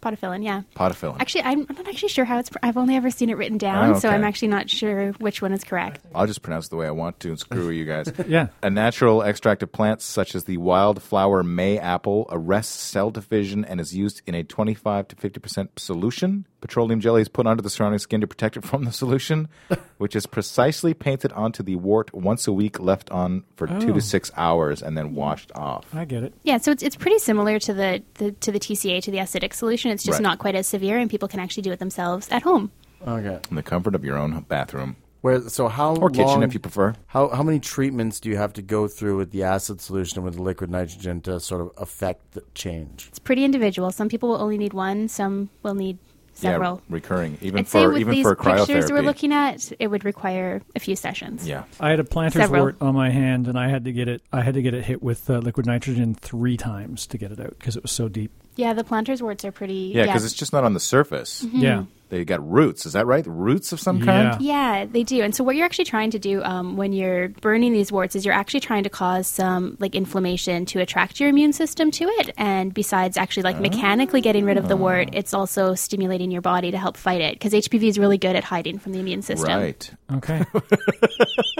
Podophyllin, yeah. podophilin. Actually, I'm, I'm not actually sure how it's. Pr- I've only ever seen it written down, Oh, so okay. I'm actually not sure which one is correct. I'll just pronounce it the way I want to and screw you guys. Yeah. A natural extract of plants such as the wildflower may apple arrests cell division and is used in a 25 to 50% solution. Petroleum jelly is put onto the surrounding skin to protect it from the solution, which is precisely painted onto the wart once a week, left on for two to six hours, and then washed off. I get it. Yeah, so it's, it's pretty similar to the, the to the TCA to the acidic solution. It's just Right. not quite as severe, and people can actually do it themselves at home. Okay. In the comfort of your own bathroom Where so how or kitchen long- if you prefer. How how many treatments do you have to go through with the acid solution and with the liquid nitrogen to sort of affect the change? It's pretty individual. Some people will only need one. Some will need several. Yeah, recurring. Even I'd say for with even these for pictures cryotherapy. we're looking at, it would require a few sessions. yeah. I had a plantar Several. wart on my hand, and I had to get it. I had to get it hit with uh, liquid nitrogen three times to get it out because it was so deep. Yeah, the plantar's warts are pretty. Yeah, because it's just not on the surface. Mm-hmm. Yeah. They got roots. Is that right? Roots of some kind? Yeah. Yeah, they do. And so, what you're actually trying to do um, when you're burning these warts is you're actually trying to cause some like inflammation to attract your immune system to it. And besides actually like mechanically getting rid of the wart, it's also stimulating your body to help fight it because HPV is really good at hiding from the immune system. Right. Okay.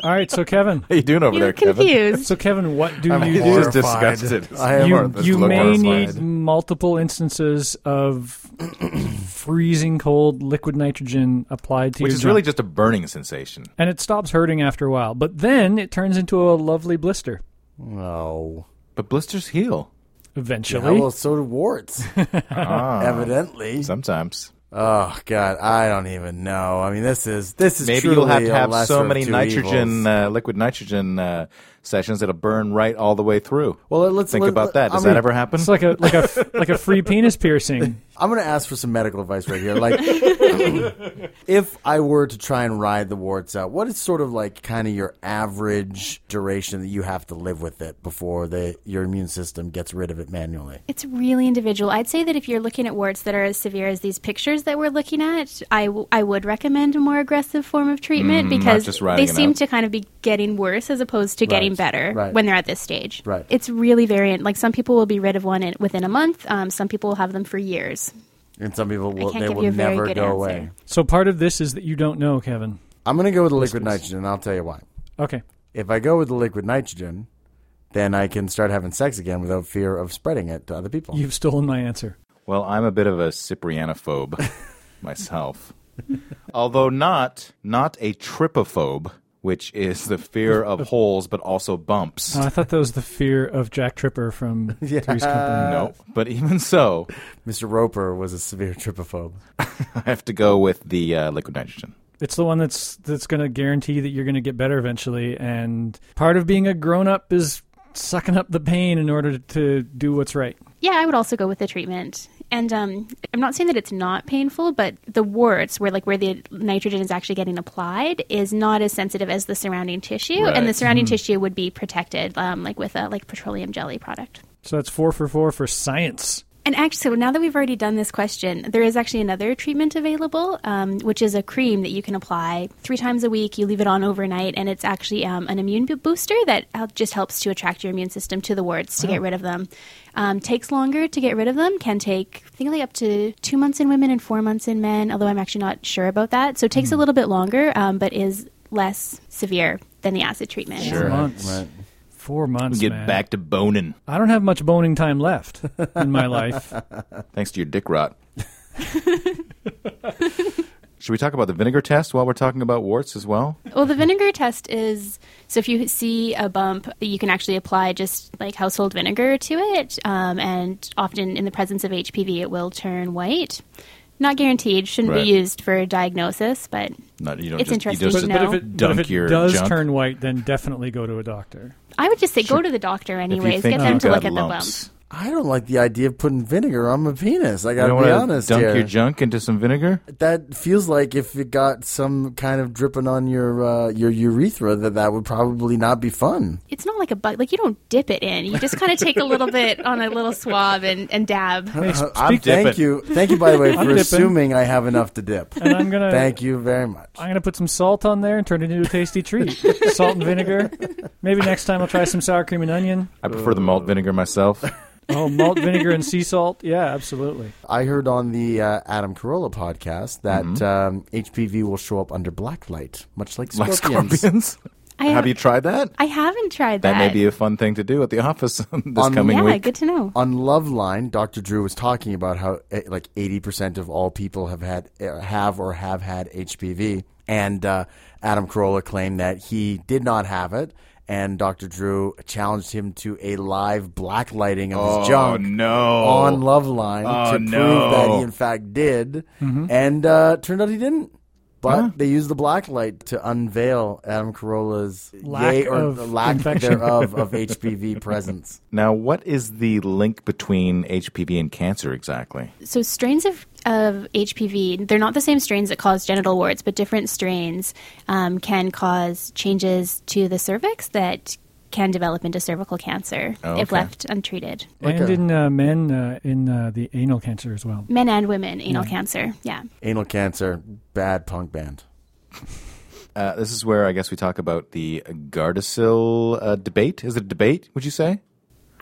All right. So Kevin. How you doing over You there, were Kevin? confused. So Kevin, what do you He's do? just Horrified. disgusted. I am- you, Horrified. you Look may horrified. need multiple instances of freezing cold liquid nitrogen applied to which your is really junk. just a burning sensation. and it stops hurting after a while but then it turns into a lovely blister No. But blisters heal eventually Yeah, well, so do warts. Evidently. sometimes. Oh God, I don't even know. I mean, this is this is Maybe truly you'll have a to have lesser so of many two nitrogen, evils. uh, liquid nitrogen uh, sessions that'll burn right all the way through. Well, let's think let- about let- that. Does I mean, that ever happen? it's like a like a like a free penis piercing I'm going to ask for some medical advice right here. Like, if I were to try and ride the warts out, what is sort of like kind of your average duration that you have to live with it before the your immune system gets rid of it manually? It's really individual. I'd say that if you're looking at warts that are as severe as these pictures that we're looking at, I, w- I would recommend a more aggressive form of treatment because just they riding it seem out. to kind of be getting worse as opposed to getting better right. when they're at this stage. Right. It's really variant. Like some people will be rid of one in, within a month. Um, some people will have them for years. And some people will I can't they give will you a very never good go answer. away. so part of this is that you don't know kevin I'm going to go with the liquid nitrogen. And I'll tell you why. okay If I go with the liquid nitrogen, then I can start having sex again without fear of spreading it to other people. you've stolen my answer Well, I'm a bit of a Cyprianophobe myself. Although not not a tripophobe, which is the fear of holes but also bumps. Oh, i thought that was the fear of jack tripper from Three's company no, but even so, Mr. Roper was a severe tripophobe. I have to go with the uh, liquid nitrogen. It's the one that's that's going to guarantee that you're going to get better eventually. And part of being a grown up is sucking up the pain in order to do what's right. Yeah, I would also go with the treatment. And um, I'm not saying that it's not painful, but the warts, where like where the nitrogen is actually getting applied, is not as sensitive as the surrounding tissue, Right. and the surrounding tissue would be protected, um, like with a like petroleum jelly product. So that's four for four for science. And actually, so now that we've already done this question, there is actually another treatment available, um, which is a cream that you can apply three times a week. You leave it on overnight, and it's actually um, an immune bo- booster that hel- just helps to attract your immune system to the warts to get rid of them. Um, takes longer to get rid of them, can take, I think, like up to two months in women and four months in men, although I'm actually not sure about that. So it takes a little bit longer, um, but is less severe than the acid treatment. Four months. Four months. Get man. back to boning. I don't have much boning time left in my life. Thanks to your dick rot. Should we talk about the vinegar test while we're talking about warts as well? Well, the vinegar test is so if you see a bump, you can actually apply just like household vinegar to it, um, and often in the presence of HPV, it will turn white. Not guaranteed. Shouldn't Right. be used for diagnosis, but No, you don't just, It's you interesting just to But know. if it, but if dunk it your does junk. turn white, then definitely go to a doctor. I would just say go to the doctor If you anyways. think Get them you've to look got at lumps, I don't like the idea of putting vinegar on my penis. I You gotta don't be wanna honest dunk here. your junk into some vinegar? that feels like if it got some kind of dripping on your uh, your urethra, that that would probably not be fun. the bump. It's not like a bug. Like you don't dip it in. You just kind of take a little bit on a little swab and, and dab. Hey, Uh, I'm speak- thank dipping. you, thank you. By the way, for dipping. assuming I have enough to dip. and I'm gonna Thank you very much. I'm gonna put some salt on there and turn it into a tasty treat. salt and vinegar. Maybe next time I'll try some sour cream and onion. I prefer the malt vinegar myself. Oh, malt vinegar and sea salt. Yeah, absolutely. I heard on the uh, Adam Carolla podcast that um, HPV will show up under black light, much like Like scorpions. scorpions. I Have you tried that? I haven't tried that. That may be a fun thing to do at the office this On- coming yeah, week. good to know. On Loveline, Dr. Drew was talking about how eh, like 80% of all people have had eh, have or have had HPV and uh, Adam Carolla claimed that he did not have it and Dr. Drew challenged him to a live blacklighting of his junk Oh, no. on Loveline Oh, to no. prove that he in fact did Mm-hmm. and uh, turned out he didn't. But they used the blacklight to unveil Adam Carolla's Lack yay or of the lack infection. thereof of HPV presence. Now, what is the link between HPV and cancer exactly? so strains of, of HPV, they're not the same strains that cause genital warts, but different strains um, can cause changes to the cervix that can develop into cervical cancer if okay. left untreated. and in uh, men, uh, in uh, the anal cancer as well. Men and women, anal cancer. Yeah. Anal cancer, bad punk band. Uh, this is where I guess we talk about the Gardasil uh, debate. Is it a debate, would you say?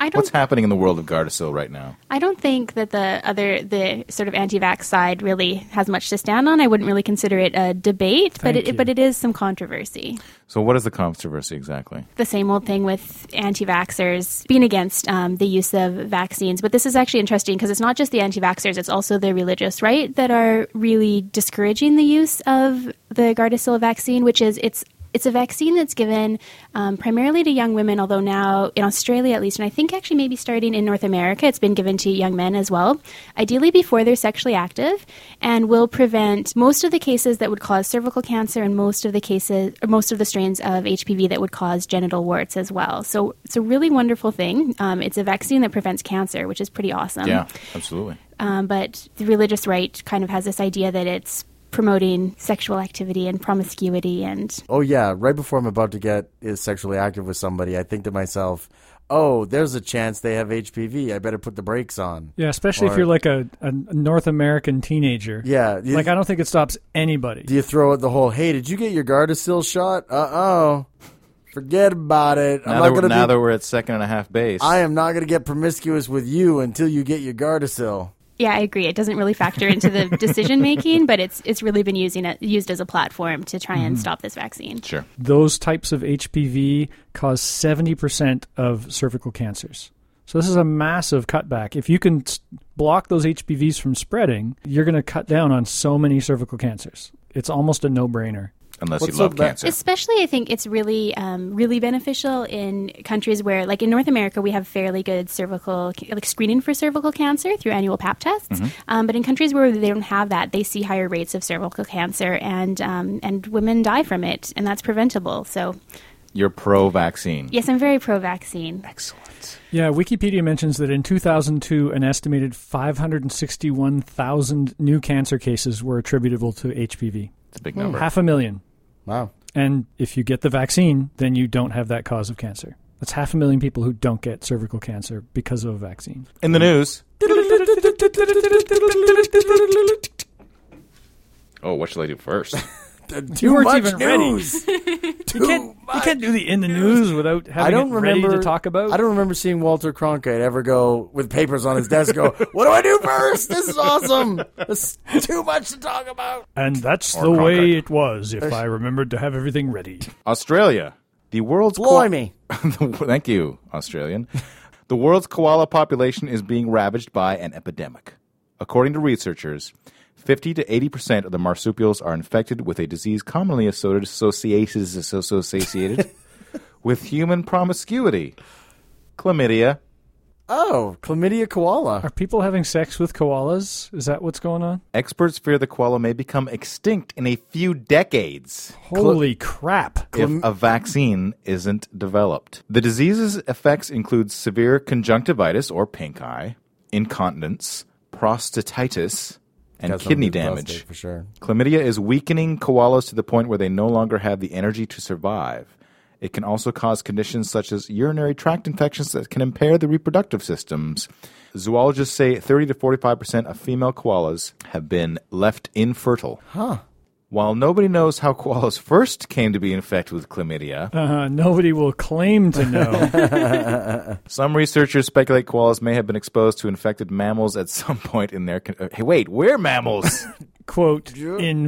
I don't What's happening in the world of Gardasil right now? I don't think that the other the sort of anti-vax side really has much to stand on. I wouldn't really consider it a debate, but Thank it you. but it is some controversy. So, what is the controversy exactly? the same old thing with anti-vaxxers being against um, the use of vaccines but this is actually interesting because it's not just the anti-vaxxers it's also the religious right that are really discouraging the use of the gardasil vaccine which is it's it's a vaccine that's given um, primarily to young women, although now in Australia at least, and I think actually maybe starting in North America, it's been given to young men as well, ideally before they're sexually active, and will prevent most of the cases that would cause cervical cancer and most of the cases, or most of the strains of HPV that would cause genital warts as well. So it's a really wonderful thing. Um, it's a vaccine that prevents cancer, which is pretty awesome. yeah, absolutely. Um, but the religious right kind of has this idea that it's promoting sexual activity and promiscuity and Oh yeah, right before I'm about to get is sexually active with somebody, I think to myself, "Oh, there's a chance they have HPV. I better put the brakes on." Yeah, especially Or- if you're like a, a North American teenager. Yeah, you- Like I don't think it stops anybody. do you throw out the whole, "Hey, did you get your Gardasil shot?" Uh-oh. Forget about it. I'm Now, not that, going we're- now to that be we're at second and a half base, I am not going to get promiscuous with you until you get your Gardasil. Yeah, I agree. It doesn't really factor into the decision making, but it's it's really been using it used as a platform to try Mm-hmm. and stop this vaccine. sure. Those types of HPV cause 70% of cervical cancers. So this is a massive cutback. If you can s- block those HPVs from spreading, you're going to cut down on so many cervical cancers. It's almost a no-brainer. unless What's you love up with that? cancer. Especially, I think it's really, um, really beneficial in countries where, like in North America, we have fairly good cervical, like screening for cervical cancer through annual pap tests. Mm-hmm. Um, but in countries where they don't have that, they see higher rates of cervical cancer, and um, and women die from it, and that's preventable. So, You're pro vaccine. yes, I'm very pro-vaccine. Excellent. Yeah, Wikipedia mentions that in 2002, an estimated 561,000 new cancer cases were attributable to HPV. It's a big number. Half a million. Wow. And if you get the vaccine, then you don't have that cause of cancer. That's half a million people who don't get cervical cancer because of a vaccine. In Hmm. the news. Oh, what should I do first? Too weren't much even ready. news. You can't, you can't do the in the news without having I don't it ready remember to talk about. I don't remember seeing Walter Cronkite ever go with papers on his desk. Go, what do I do first? This is awesome. There's too much to talk about. and that's Or the way Cronkite. it was if I remembered to have everything ready. Australia. The world's Blow co- me. Thank you, Australian. the world's koala population is being ravaged by an epidemic. According to researchers, 50 to 80% of the marsupials are infected with a disease commonly associated associated with human promiscuity, chlamydia. Oh, chlamydia koala. Are people having sex with koalas? Is that what's going on? Experts fear the koala may become extinct in a few decades. Holy crap. if a vaccine isn't developed. The disease's effects include severe conjunctivitis or pink eye, incontinence, prostatitis, and Got something kidney to do with prostate, damage. for sure. Chlamydia is weakening koalas to the point where they no longer have the energy to survive. It can also cause conditions such as urinary tract infections that can impair the reproductive systems. Zoologists say 30 to 45% of female koalas have been left infertile. Huh. While nobody knows how koalas first came to be infected with chlamydia, Uh, nobody will claim to know. some researchers speculate koalas may have been exposed to infected mammals at some point in their. Con- uh, hey, wait, we're mammals! Quote,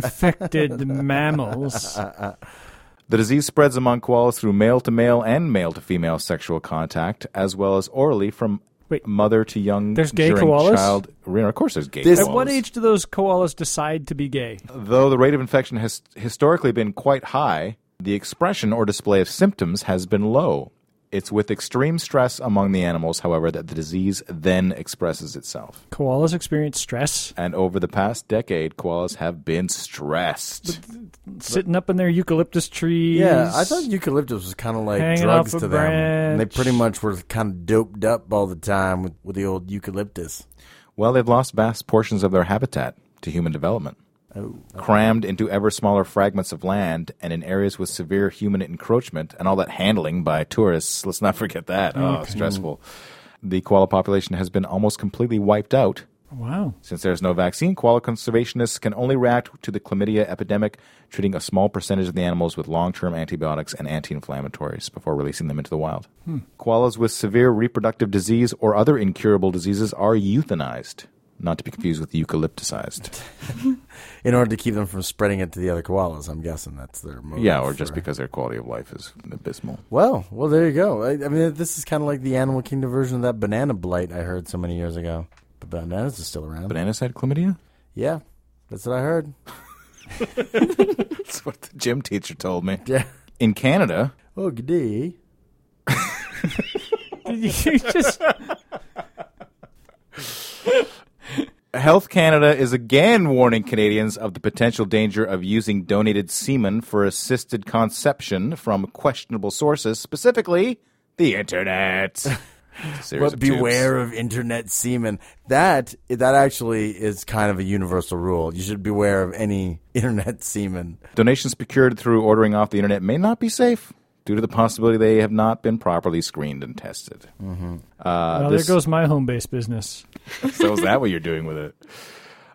infected mammals. The disease spreads among koalas through male to male and male to female sexual contact, as well as orally from Wait. mother to young. There's gay during koalas? Child rearing. Of course, there's gay This- At koalas. what age do those koalas decide to be gay? Though the rate of infection has historically been quite high, the expression or display of symptoms has been low. It's with extreme stress among the animals, however, that the disease then expresses itself. Koalas experience stress And over the past decade, koalas have been stressed. sitting up in their eucalyptus trees. Yeah, I thought eucalyptus was kind of like Hanging drugs off a to them. And they branch. pretty much were kind of doped up all the time with, with the old eucalyptus. Well, they've lost vast portions of their habitat to human development. Crammed into ever smaller fragments of land and in areas with severe human encroachment and all that handling by tourists. Let's not forget that. Oh, stressful. The koala population has been almost completely wiped out. Wow. Since there's no vaccine, koala conservationists can only react to the chlamydia epidemic, treating a small percentage of the animals with long term antibiotics and anti inflammatories before releasing them into the wild. Hmm. Koalas with severe reproductive disease or other incurable diseases are euthanized, not to be confused with eucalypticized. In order to keep them from spreading it to the other koalas, I'm guessing that's their motive. yeah, or just for- because their quality of life is abysmal. Well, well, there you go. I, I mean, this is kind of like the Animal Kingdom version of that banana blight I heard so many years ago. But bananas are still around. Bananas had chlamydia? yeah, that's what I heard. That's what the gym teacher told me. Yeah. In Canada, Oh, good day. Did you just Uh, Health Canada is again warning Canadians of the potential danger of using donated semen for assisted conception from questionable sources, specifically the internet. Series But of tubes. beware of internet semen. That that actually is kind of a universal rule. You should beware of any internet semen. Donations procured through ordering off the internet may not be safe due to the possibility they have not been properly screened and tested. well, this- there goes my home base business. so is that what you're doing with it?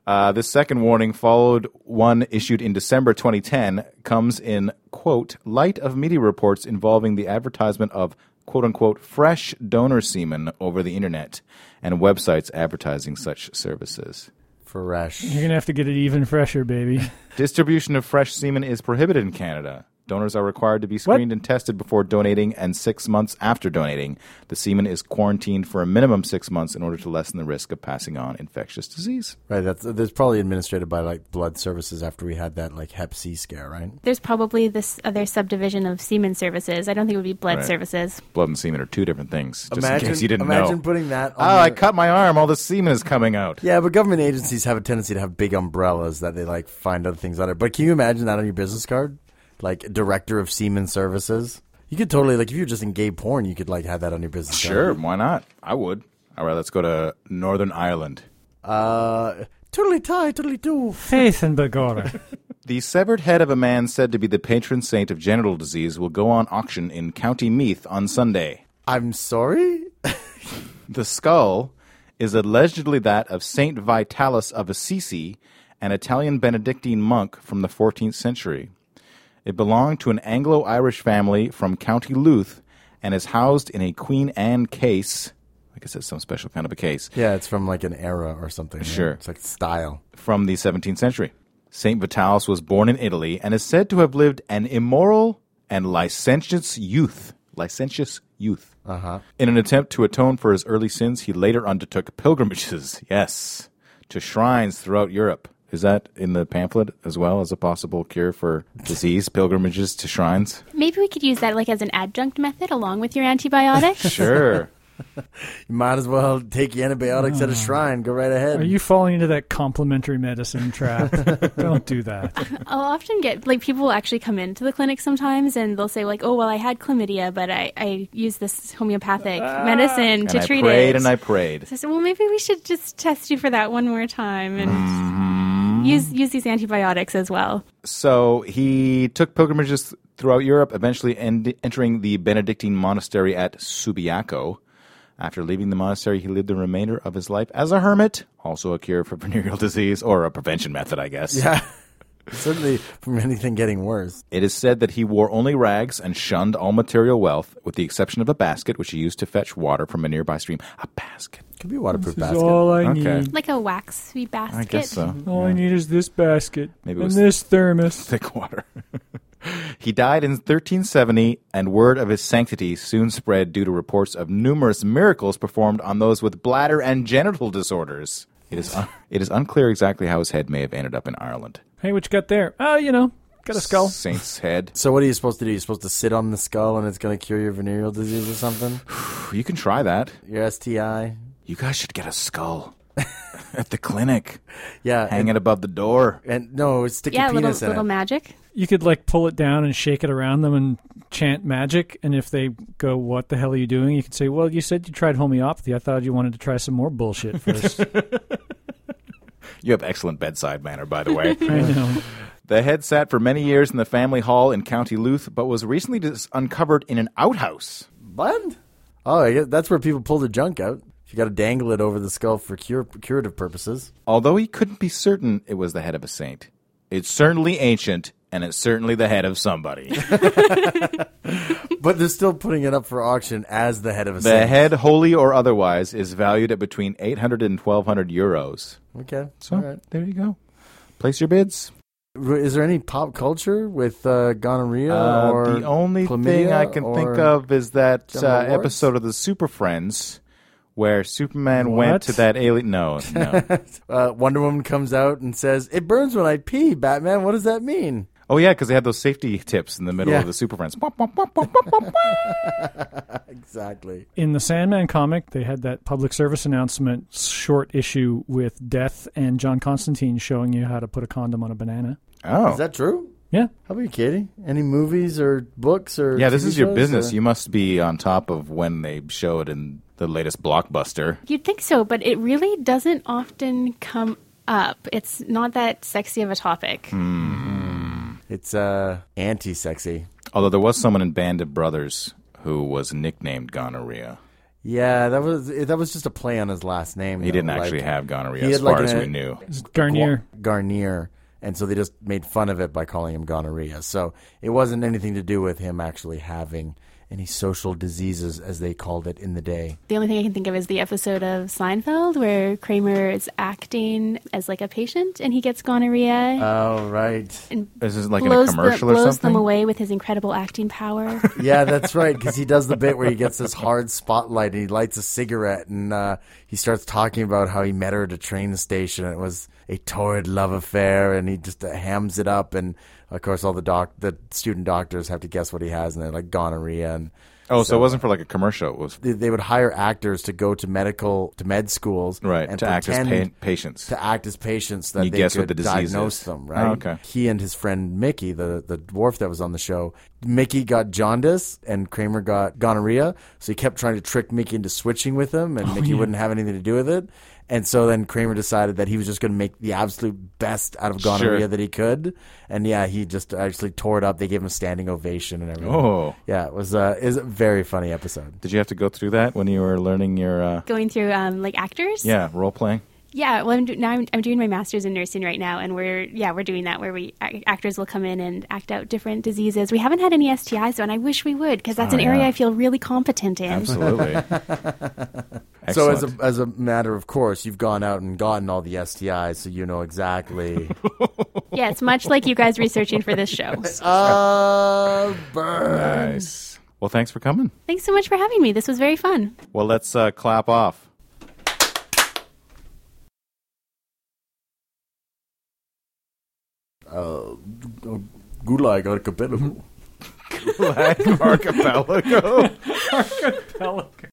Uh, this second warning followed one issued in December 2010 comes in quote light of media reports involving the advertisement of quote unquote fresh donor semen over the internet and websites advertising such services. Fresh. You're gonna have to get it even fresher, baby. Distribution of fresh semen is prohibited in Canada. Donors are required to be screened and tested before donating and six months after donating. The semen is quarantined for a minimum six months in order to lessen the risk of passing on infectious disease. Right. That's that's probably administered by like blood services after we had that like Hep C scare, right? There's probably this other subdivision of semen services. I don't think it would be blood Right. services. Blood and semen are two different things, just in case you didn't imagine know. putting that. On oh, I your- cut my arm. All the semen is coming out. Yeah, but government agencies have a tendency to have big umbrellas that they like find other things under. But can you imagine that on your business card? Like director of semen services. You could totally like if you were just in gay porn, you could like have that on your business Sure, why not? I would. All right, let's go to Northern Ireland. card. Uh totally tie, totally do. Faith in Begorra. The severed head of a man said to be the patron saint of genital disease will go on auction in County Meath on Sunday. I'm sorry? The skull is allegedly that of Saint Vitalis of Assisi, an Italian Benedictine monk from the 14th century. It belonged to an Anglo Irish family from County Louth and is housed in a Queen Anne case. I guess it's some special kind of a case. Yeah, it's from like an era or something. right? Sure. It's like style. from the 17th century. St. Vitalis was born in Italy and is said to have lived an immoral and licentious youth. Licentious youth. Uh-huh. In an attempt to atone for his early sins, he later undertook pilgrimages, yes, to shrines throughout Europe. Is that in the pamphlet as well as a possible cure for disease? pilgrimages to shrines? Maybe we could use that like as an adjunct method along with your antibiotics. Sure. You might as well take your antibiotics at a shrine. Go right Ah. ahead. Are you falling into that complementary medicine trap? don't do that. I'll often get like people will actually come into the clinic sometimes and they'll say like, "Oh, well, I had chlamydia, but I I used this homeopathic medicine to Ah. and I treat prayed it." and I prayed. So I said, "Well, maybe we should just test you for that one more time and Mm-hmm. use use these antibiotics as well." So he took pilgrimages throughout Europe, eventually end, entering the Benedictine monastery at Subiaco. After leaving the monastery, he lived the remainder of his life as a hermit, also a cure for venereal disease or a prevention method, I guess. yeah. Certainly from anything getting worse. It is said that he wore only rags and shunned all material wealth, with the exception of a basket which he used to fetch water from a nearby stream. A basket. Could be a waterproof This is basket. all I Okay. need. Like a waxy basket. Mm-hmm. I guess so. All I need is this basket Maybe it and was- this thermos. thick water. he died in 1370, and word of his sanctity soon spread due to reports of numerous miracles performed on those with bladder and genital disorders. It is un- it is unclear exactly how his head may have ended up in Ireland. Hey, what you got there? Oh, you know, got a skull. Saint's head. So what are you supposed to do? You're supposed to sit on the skull and it's going to cure your venereal disease or something? You can try that. Your STI? You guys should get a skull at the clinic. Yeah. Hang it above the door. And, and no, stick Yeah, your little penis in little it. magic. You could like pull it down and shake it around them and chant magic. And if they go, "What the hell are you doing?" You could say, "Well, you said you tried homeopathy. I thought you wanted to try some more bullshit first. You have excellent bedside manner, by the way. I know. The head sat for many years in the family hall in County Louth, but was recently dis- uncovered in an outhouse. What? Oh, I guess that's where people pull their junk out. You got to dangle it over the skull for cure, curative purposes. Although he couldn't be certain it was the head of a saint, it's certainly ancient, and it's certainly the head of somebody. But they're still putting it up for auction as the head of a the saint. head, holy or otherwise, is valued at between 800 and 1200 euros. Okay. So All right. there you go. Place your bids. R- Is there any pop culture with uh, gonorrhea Uh, or the only chlamydia thing I can or- think of is that uh, General Awards? episode of the Super Friends where Superman went What? to that alien. No, no. Uh, Wonder Woman comes out and says, "It burns when I pee." Batman, what does that mean? oh, yeah, because they had those safety tips in the middle Yeah. of the Super Friends. Womp, womp, womp, womp, womp, womp, womp. Exactly. in the Sandman comic, they had that public service announcement short issue with Death and John Constantine showing you how to put a condom on a banana. Oh. Is that true? Yeah. How are you kidding? Any movies or books or Yeah, this TV is your shows business. or- You must be on top of when they show it in the latest blockbuster. You'd think so, but it really doesn't often come up. It's not that sexy of a Hmm. topic. It's uh, anti-sexy. Although there was someone in Band of Brothers who was nicknamed gonorrhea. Yeah, that was that was just a play on his last name. He didn't actually have gonorrhea he as had, like, far as an- we knew. Garnier. Garnier, and so they just made fun of it by calling him gonorrhea. So it wasn't anything to do with him actually having any social diseases, as they called it in the day. The only thing I can think of is the episode of Seinfeld where Kramer is acting as like a patient and he gets gonorrhea. Oh, right. This is Uh, like blows in a commercial the, or blows something. them away with his incredible acting power. Yeah, that's right. Because he does the bit where he gets this hard spotlight and he lights a cigarette and uh, he starts talking about how he met her at a train station. and It was a torrid love affair, and he just uh, hams it up. And of course, all the doc, the student doctors have to guess what he has, and they're like gonorrhea. And Oh, so it wasn't for like a commercial. It was they, they would hire actors to go to medical to med schools, right And to act as pretend pa- patients. to act as patients that You they guess could what the disease diagnose is. them, right? Oh, okay. He and his friend Mickey, the, the dwarf that was on the show, Mickey got jaundice and Kramer got gonorrhea. So he kept trying to trick Mickey into switching with him, and Mickey wouldn't have anything to do with it. And so then Kramer decided that he was just going to make the absolute best out of gonorrhea Sure. that he could. And yeah, he just actually tore it up. They gave him a standing ovation and everything. Oh. Yeah, it was, uh, it was a very funny episode. Did you have to go through that when you were learning your uh, Going through um, like actors. yeah role playing? Yeah, well, I'm do- now I'm, I'm doing my master's in nursing right now, and we're yeah we're doing that where we ac- actors will come in and act out different diseases. We haven't had any STIs though, and I wish we would because that's Oh, an area yeah. I feel really competent in. Absolutely. So Excellent. as a, as a matter of course, you've gone out and gotten all the STIs, so you know exactly Yeah, it's much like you guys researching for this show. Uh, burn. nice. Well, thanks for coming. Thanks so much for having me. This was very fun. Well, let's uh, clap off. Uh, Gulag Mm-hmm. archipelago. Archipelago. Pelican.